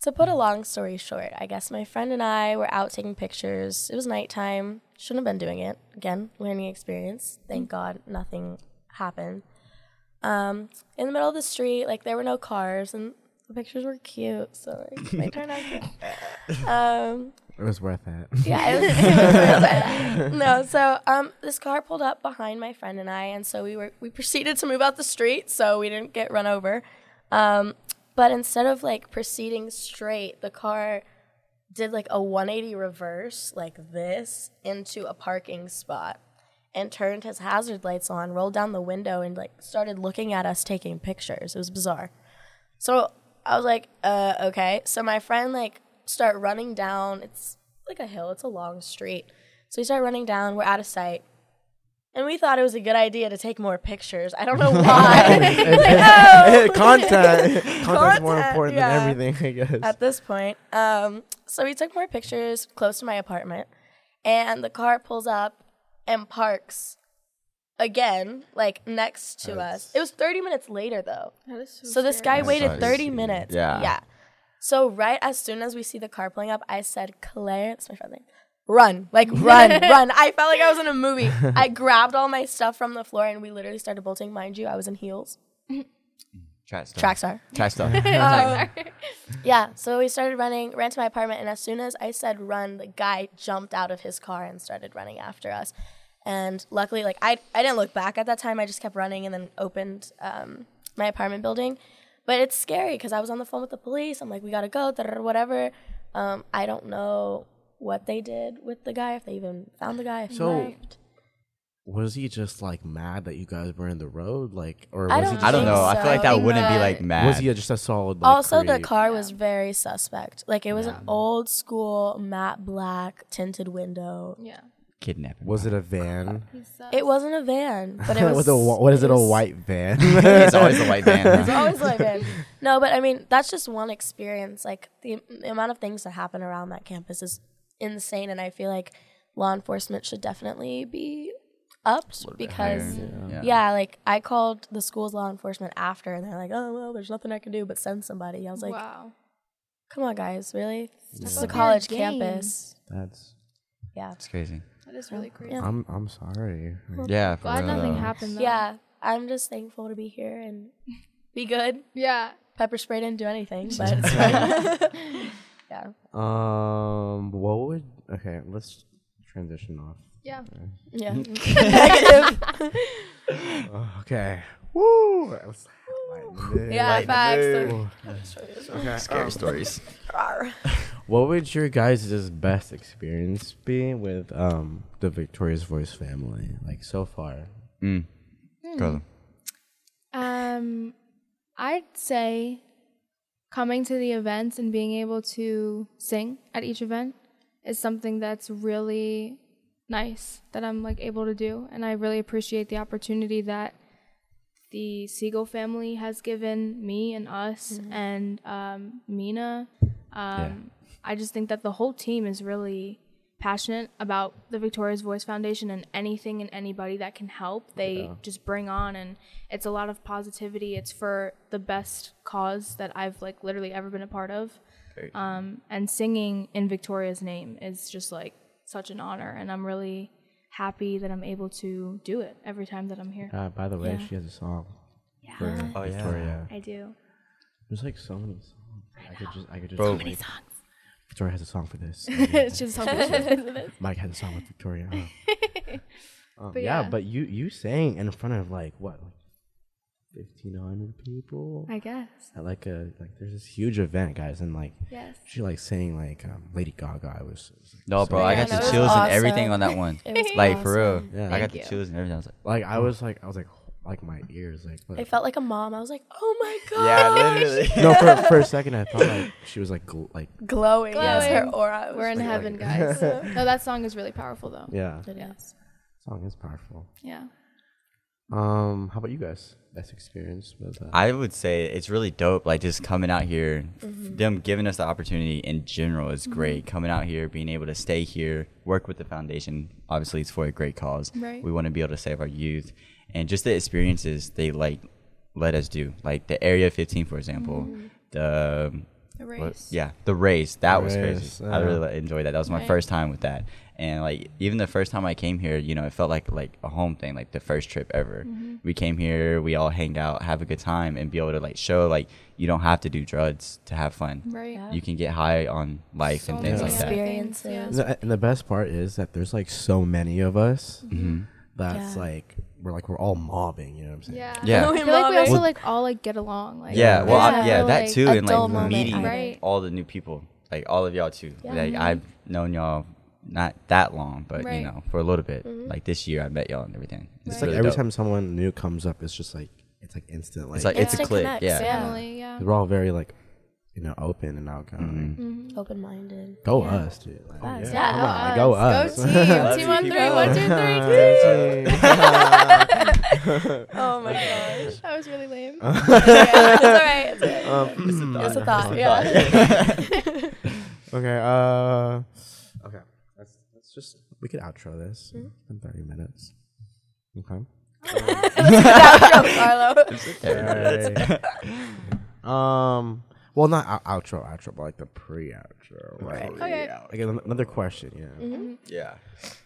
Speaker 4: to put a long story short, I guess my friend and I were out taking pictures. It was nighttime. Shouldn't have been doing it. Again, learning experience. Thank God nothing happened. Um, in the middle of the street, like there were no cars, and the pictures were cute. So like, they turned out cute. Um,
Speaker 3: It was worth it.
Speaker 4: Yeah, it was, it was real bad. No, so um, this car pulled up behind my friend and I, and so we were we proceeded to move out the street, so we didn't get run over. Um, but instead of like proceeding straight, the car did like a 180 reverse, like this, into a parking spot, and turned his hazard lights on, rolled down the window, and like started looking at us taking pictures. It was bizarre. So I was like, uh, okay. So my friend like start running down. It's like a hill. It's a long street. So we start running down. We're out of sight. And we thought it was a good idea to take more pictures. I don't know why.
Speaker 3: content, content's more
Speaker 4: Content,
Speaker 3: important
Speaker 4: yeah.
Speaker 3: than everything, I guess.
Speaker 4: at this point. Um, so we took more pictures close to my apartment, and the car pulls up and parks again, like next to us. It was 30 minutes later though.
Speaker 1: That is so,
Speaker 4: So this
Speaker 1: scary.
Speaker 4: guy
Speaker 2: That's
Speaker 4: waited
Speaker 2: nice.
Speaker 4: 30 minutes.
Speaker 2: Yeah.
Speaker 4: Yeah. So right as soon as we see the car pulling up, I said, Claire, that's my friend name. Run, like run, run. I felt like I was in a movie. I grabbed all my stuff from the floor and we literally started bolting. Mind you, I was in heels.
Speaker 2: track stuff.
Speaker 4: Track star.
Speaker 2: Track stuff.
Speaker 4: Yeah. So we started running, ran to my apartment, and as soon as I said run, the guy jumped out of his car and started running after us. And luckily, like I, I didn't look back at that time. I just kept running and then opened um, my apartment building. But it's scary because I was on the phone with the police. I'm like, we gotta go, da-da-da, whatever. Um, I don't know what they did with the guy, if they even found the guy, if
Speaker 3: So-
Speaker 4: he left.
Speaker 3: was he just like mad that you guys were in the road, like, or was
Speaker 4: I
Speaker 3: he
Speaker 4: don't
Speaker 3: just,
Speaker 2: I don't know. I feel like that
Speaker 1: So-
Speaker 2: wouldn't be like
Speaker 1: Was
Speaker 2: mad.
Speaker 3: was he just a solid? Like,
Speaker 4: also, the
Speaker 3: creep?
Speaker 4: car was very suspect. Like it was an old school matte black tinted window.
Speaker 1: Yeah.
Speaker 2: kidnapped?
Speaker 3: Was it a van?
Speaker 4: It wasn't a van, but it was.
Speaker 3: was a, wh- what is it? A
Speaker 4: was-
Speaker 3: white van?
Speaker 2: it's always a white man.
Speaker 4: It's always like van. No, but I mean that's just one experience. Like the, the amount of things that happen around that campus is insane, and I feel like law enforcement should definitely be upped because yeah. like I called the school's law enforcement after, and they're like, "Oh well, there's nothing I can do but send somebody." I was like,
Speaker 1: wow.
Speaker 4: "Come on, guys, really? This is
Speaker 1: up
Speaker 4: a
Speaker 1: your
Speaker 4: college
Speaker 1: game."
Speaker 4: campus."
Speaker 3: That's.
Speaker 4: Yeah,
Speaker 2: It's crazy.
Speaker 1: That is really crazy.
Speaker 4: Yeah.
Speaker 3: I'm I'm sorry.
Speaker 2: Yeah. For
Speaker 1: Glad
Speaker 2: real,
Speaker 1: nothing
Speaker 2: though.
Speaker 1: happened though.
Speaker 4: yeah. I'm just thankful to be here and be good.
Speaker 1: Yeah.
Speaker 4: Pepper spray didn't do anything, but it's fine. Yeah.
Speaker 3: Um, what would okay? Let's transition off.
Speaker 1: Yeah.
Speaker 4: Yeah.
Speaker 3: Okay. Woo! That was-
Speaker 1: Yeah, facts. Like,
Speaker 3: Okay. Oh.
Speaker 2: Scary stories.
Speaker 3: What would your guys' best experience be with um the Victoria's Voice family? Like so far,
Speaker 2: Go.
Speaker 1: Um, I'd say coming to the events and being able to sing at each event is something that's really nice that I'm like able to do, and I really appreciate the opportunity that the Siegel family has given me and us and um, Mina. Um, I just think that the whole team is really passionate about the Victoria's Voice Foundation and anything and anybody that can help. They just bring on, and it's a lot of positivity. It's for the best cause that I've like literally ever been a part of. Um, and singing in Victoria's name is just like such an honor, and I'm really happy that I'm able to do it every time that I'm here.
Speaker 3: uh, by the way,
Speaker 1: Yeah.
Speaker 3: she has a song for
Speaker 1: Yeah,
Speaker 2: Oh, yeah.
Speaker 3: Victoria.
Speaker 1: I do.
Speaker 3: There's like so many songs. I, could just, I could just.
Speaker 2: Bro. So
Speaker 3: many songs. Victoria has a song for this.
Speaker 1: it's just
Speaker 3: Mike has a song with Victoria. huh? Um,
Speaker 1: But
Speaker 3: yeah,
Speaker 1: yeah.
Speaker 3: but you you sang in front of like what, like fifteen hundred people
Speaker 1: I guess.
Speaker 3: at like a like there's this huge event, guys, and like
Speaker 1: Yes.
Speaker 3: she like sang like um, Lady Gaga. I was, it was, like,
Speaker 2: No,
Speaker 3: so-
Speaker 2: bro, I got
Speaker 4: Yeah, that
Speaker 2: the
Speaker 4: was
Speaker 2: chills and everything
Speaker 4: awesome.
Speaker 2: on that one.
Speaker 4: was
Speaker 2: like for real,
Speaker 4: awesome.
Speaker 3: Yeah.
Speaker 2: I got
Speaker 3: Thank
Speaker 2: the
Speaker 4: you.
Speaker 2: chills and everything. I was like,
Speaker 3: like I was like I was like like my ears like.
Speaker 4: I
Speaker 3: like
Speaker 4: felt like a mom. I was like, oh my god.
Speaker 2: yeah, literally.
Speaker 3: no, for, for a second I thought like she was like gl- like
Speaker 4: Glowing. Yes, her
Speaker 1: Glowing.
Speaker 4: aura. was
Speaker 1: We're in
Speaker 4: just-
Speaker 1: heaven, guys. no, that song is really powerful, though.
Speaker 3: yeah.
Speaker 4: It is.
Speaker 3: Song is powerful.
Speaker 1: Yeah.
Speaker 3: Um, how about you guys? Best experience with uh,
Speaker 2: I would say it's really dope. Like just coming out here, them giving us the opportunity in general is great. Coming out here, being able to stay here, work with the foundation. Obviously, it's for a great cause.
Speaker 1: Right.
Speaker 2: We want to be able to save our youth, and just the experiences they like let us do. Like the Area 15, for example. The
Speaker 1: The
Speaker 2: what-
Speaker 1: race.
Speaker 2: yeah, the race that was
Speaker 3: Race,
Speaker 2: crazy. I
Speaker 3: yeah.
Speaker 2: really li- enjoyed that. That was my
Speaker 1: Right.
Speaker 2: first time with that, and like even the first time I came here, you know, it felt like like a home thing, like the first trip ever.
Speaker 1: Mm-hmm.
Speaker 2: We came here, we all hanged out, have a good time, and be able to like show like you don't have to do drugs to have fun.
Speaker 1: Right.
Speaker 4: Yeah.
Speaker 2: You can get high on life and
Speaker 1: So
Speaker 2: things
Speaker 1: many
Speaker 2: like that.
Speaker 4: Experiences.
Speaker 1: things,
Speaker 3: The- and the best part is that there's like so many of us
Speaker 2: Mm-hmm.
Speaker 3: that's
Speaker 4: Yeah.
Speaker 3: like we're like we're all mobbing. You know what I'm saying?
Speaker 1: Yeah.
Speaker 2: Yeah.
Speaker 1: I
Speaker 4: We
Speaker 1: feel like we
Speaker 4: love
Speaker 1: also
Speaker 4: it.
Speaker 1: like all like get along. Like
Speaker 2: Yeah, well, I-
Speaker 1: there's
Speaker 2: yeah,
Speaker 1: that real,
Speaker 2: that
Speaker 1: like-
Speaker 2: too, and
Speaker 4: adult
Speaker 2: like
Speaker 4: moment,
Speaker 2: meeting
Speaker 4: I
Speaker 1: Right. think.
Speaker 2: all the new people, like all of y'all too.
Speaker 4: Yeah.
Speaker 2: Like I've known y'all not that long, but
Speaker 1: Right. Mm-hmm.
Speaker 2: you know, for a little bit. Like this year, I met y'all and everything.
Speaker 3: It's
Speaker 1: Right.
Speaker 3: like
Speaker 2: really
Speaker 3: every
Speaker 2: dope.
Speaker 3: time someone new comes up, it's just like it's like instant. Like,
Speaker 2: It's like it's a
Speaker 4: Instant
Speaker 2: click.
Speaker 4: connects,
Speaker 2: Yeah.
Speaker 4: yeah.
Speaker 1: Family. Yeah.
Speaker 3: we're all very like you know open and outgoing.
Speaker 4: Open minded.
Speaker 3: Go us, dude. Like,
Speaker 4: Us,
Speaker 1: Yeah,
Speaker 3: come on,
Speaker 1: go
Speaker 3: go
Speaker 1: us.
Speaker 3: us.
Speaker 1: Go team. team
Speaker 2: you,
Speaker 1: on
Speaker 2: people.
Speaker 1: three. One, two, three.
Speaker 4: Oh my gosh.
Speaker 1: That was really lame.
Speaker 4: yeah, it's all right. It's, okay. it's a thought. yeah.
Speaker 3: okay. Uh. Okay. Let's, let's just we could outro this in 30 minutes. Okay.
Speaker 4: Carlo.
Speaker 3: um. Well, not out- outro, outro, but like the pre-outro. Like,
Speaker 1: Okay.
Speaker 3: Like an- another question. Yeah.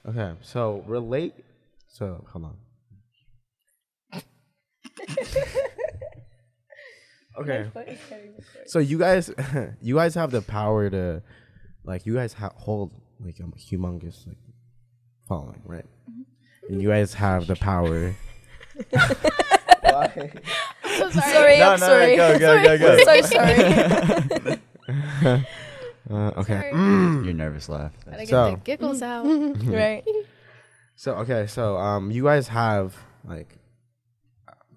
Speaker 2: Yeah.
Speaker 3: Okay, so relate. So hold on. okay. So you guys, you guys have the power to, like, you guys ha- hold like a humongous like following, right? And you guys have the power.
Speaker 1: I'm so sorry.
Speaker 4: Sorry,
Speaker 2: No,
Speaker 4: I'm
Speaker 2: no, no,
Speaker 4: sorry.
Speaker 2: go, go,
Speaker 4: sorry.
Speaker 2: go, go.
Speaker 4: I'm so sorry.
Speaker 3: Uh, okay.
Speaker 2: Your nervous laugh.
Speaker 1: Gotta get
Speaker 3: So-
Speaker 1: the giggles out.
Speaker 4: right.
Speaker 3: So okay, so um, you guys have like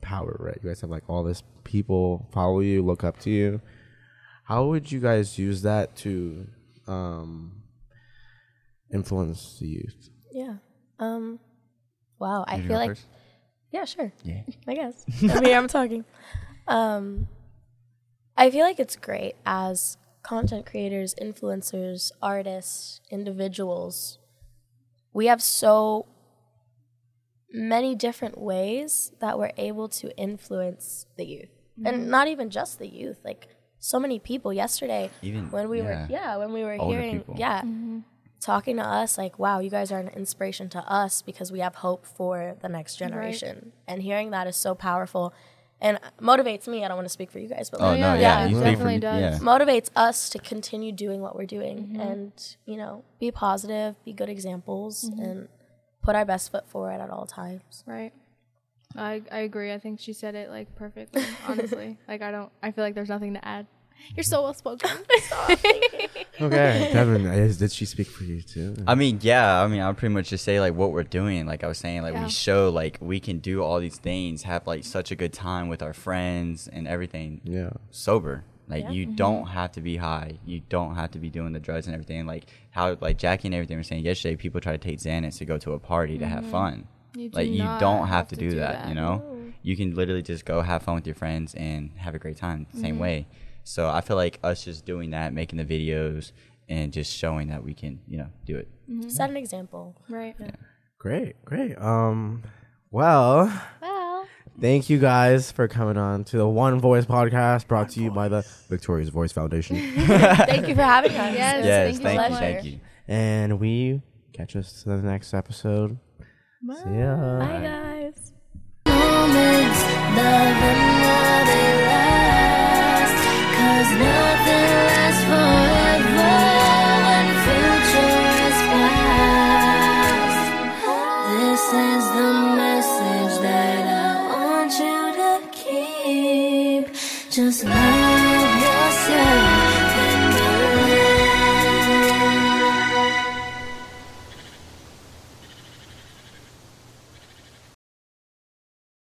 Speaker 3: power, right? You guys have like all this people follow you, look up to you. How would you guys use that to um influence the youth?
Speaker 4: Yeah. Um. Wow. I
Speaker 2: You
Speaker 4: feel
Speaker 2: go
Speaker 4: like.
Speaker 2: first?
Speaker 4: Yeah. Sure.
Speaker 2: Yeah.
Speaker 4: I guess. I'm here. I'm talking. Um, I feel like it's great as content creators, influencers, artists, individuals. We have so many different ways that we're able to influence the youth, and not even just the youth. Like so many people yesterday,
Speaker 2: Even-
Speaker 4: when we were
Speaker 2: yeah.
Speaker 4: yeah, when we were
Speaker 2: Older
Speaker 4: hearing
Speaker 2: people.
Speaker 4: yeah, talking to us like wow you guys are an inspiration to us because we have hope for the next generation and hearing that is so powerful and motivates me. I don't want to speak for you guys, but
Speaker 2: Oh,
Speaker 4: like,
Speaker 2: no,
Speaker 1: yeah,
Speaker 2: yeah.
Speaker 1: it
Speaker 2: you speak for
Speaker 1: definitely
Speaker 2: me.
Speaker 1: does.
Speaker 2: Yeah.
Speaker 4: motivates us to continue doing what we're doing and you know be positive be good examples and put our best foot forward at all times
Speaker 1: Right. I I agree. I think she said it like perfectly, honestly. like I don't I feel like there's nothing to add. You're so well spoken.
Speaker 3: Okay, Uh, Devin, is, did she speak for you too?
Speaker 2: I mean, yeah. I mean, I would pretty much just say like what we're doing. Like I was saying, like
Speaker 1: Yeah.
Speaker 2: we show like we can do all these things, have like such a good time with our friends and everything.
Speaker 3: yeah.
Speaker 2: Sober, like
Speaker 4: Yeah.
Speaker 2: you don't have to be high. You don't have to be doing the drugs and everything. Like how like Jackie and everything were saying yesterday, people try to take Xanax to go to a party to have fun.
Speaker 1: You do
Speaker 2: like you
Speaker 1: not
Speaker 2: don't have, to, do, that, You know, you can literally just go have fun with your friends and have a great time. the Same way. So I feel like us just doing that, making the videos, and just showing that we can, you know, do it.
Speaker 4: set an example
Speaker 1: Right.
Speaker 3: Great, great. Um, well,
Speaker 1: Well,
Speaker 3: thank you guys for coming on to the One Voice podcast brought to you by the Victorious Voice Foundation.
Speaker 4: thank you for having us
Speaker 1: Yes.
Speaker 2: Yes,
Speaker 1: Thank you
Speaker 2: thank
Speaker 4: so
Speaker 2: you,
Speaker 4: much.
Speaker 2: thank you.
Speaker 3: and we catch us to the next episode. See ya.
Speaker 4: bye guys
Speaker 5: moments, loving while they last. 'Cause nothing lasts forever when future is past. This is the message that I want you to keep. Just love yourself.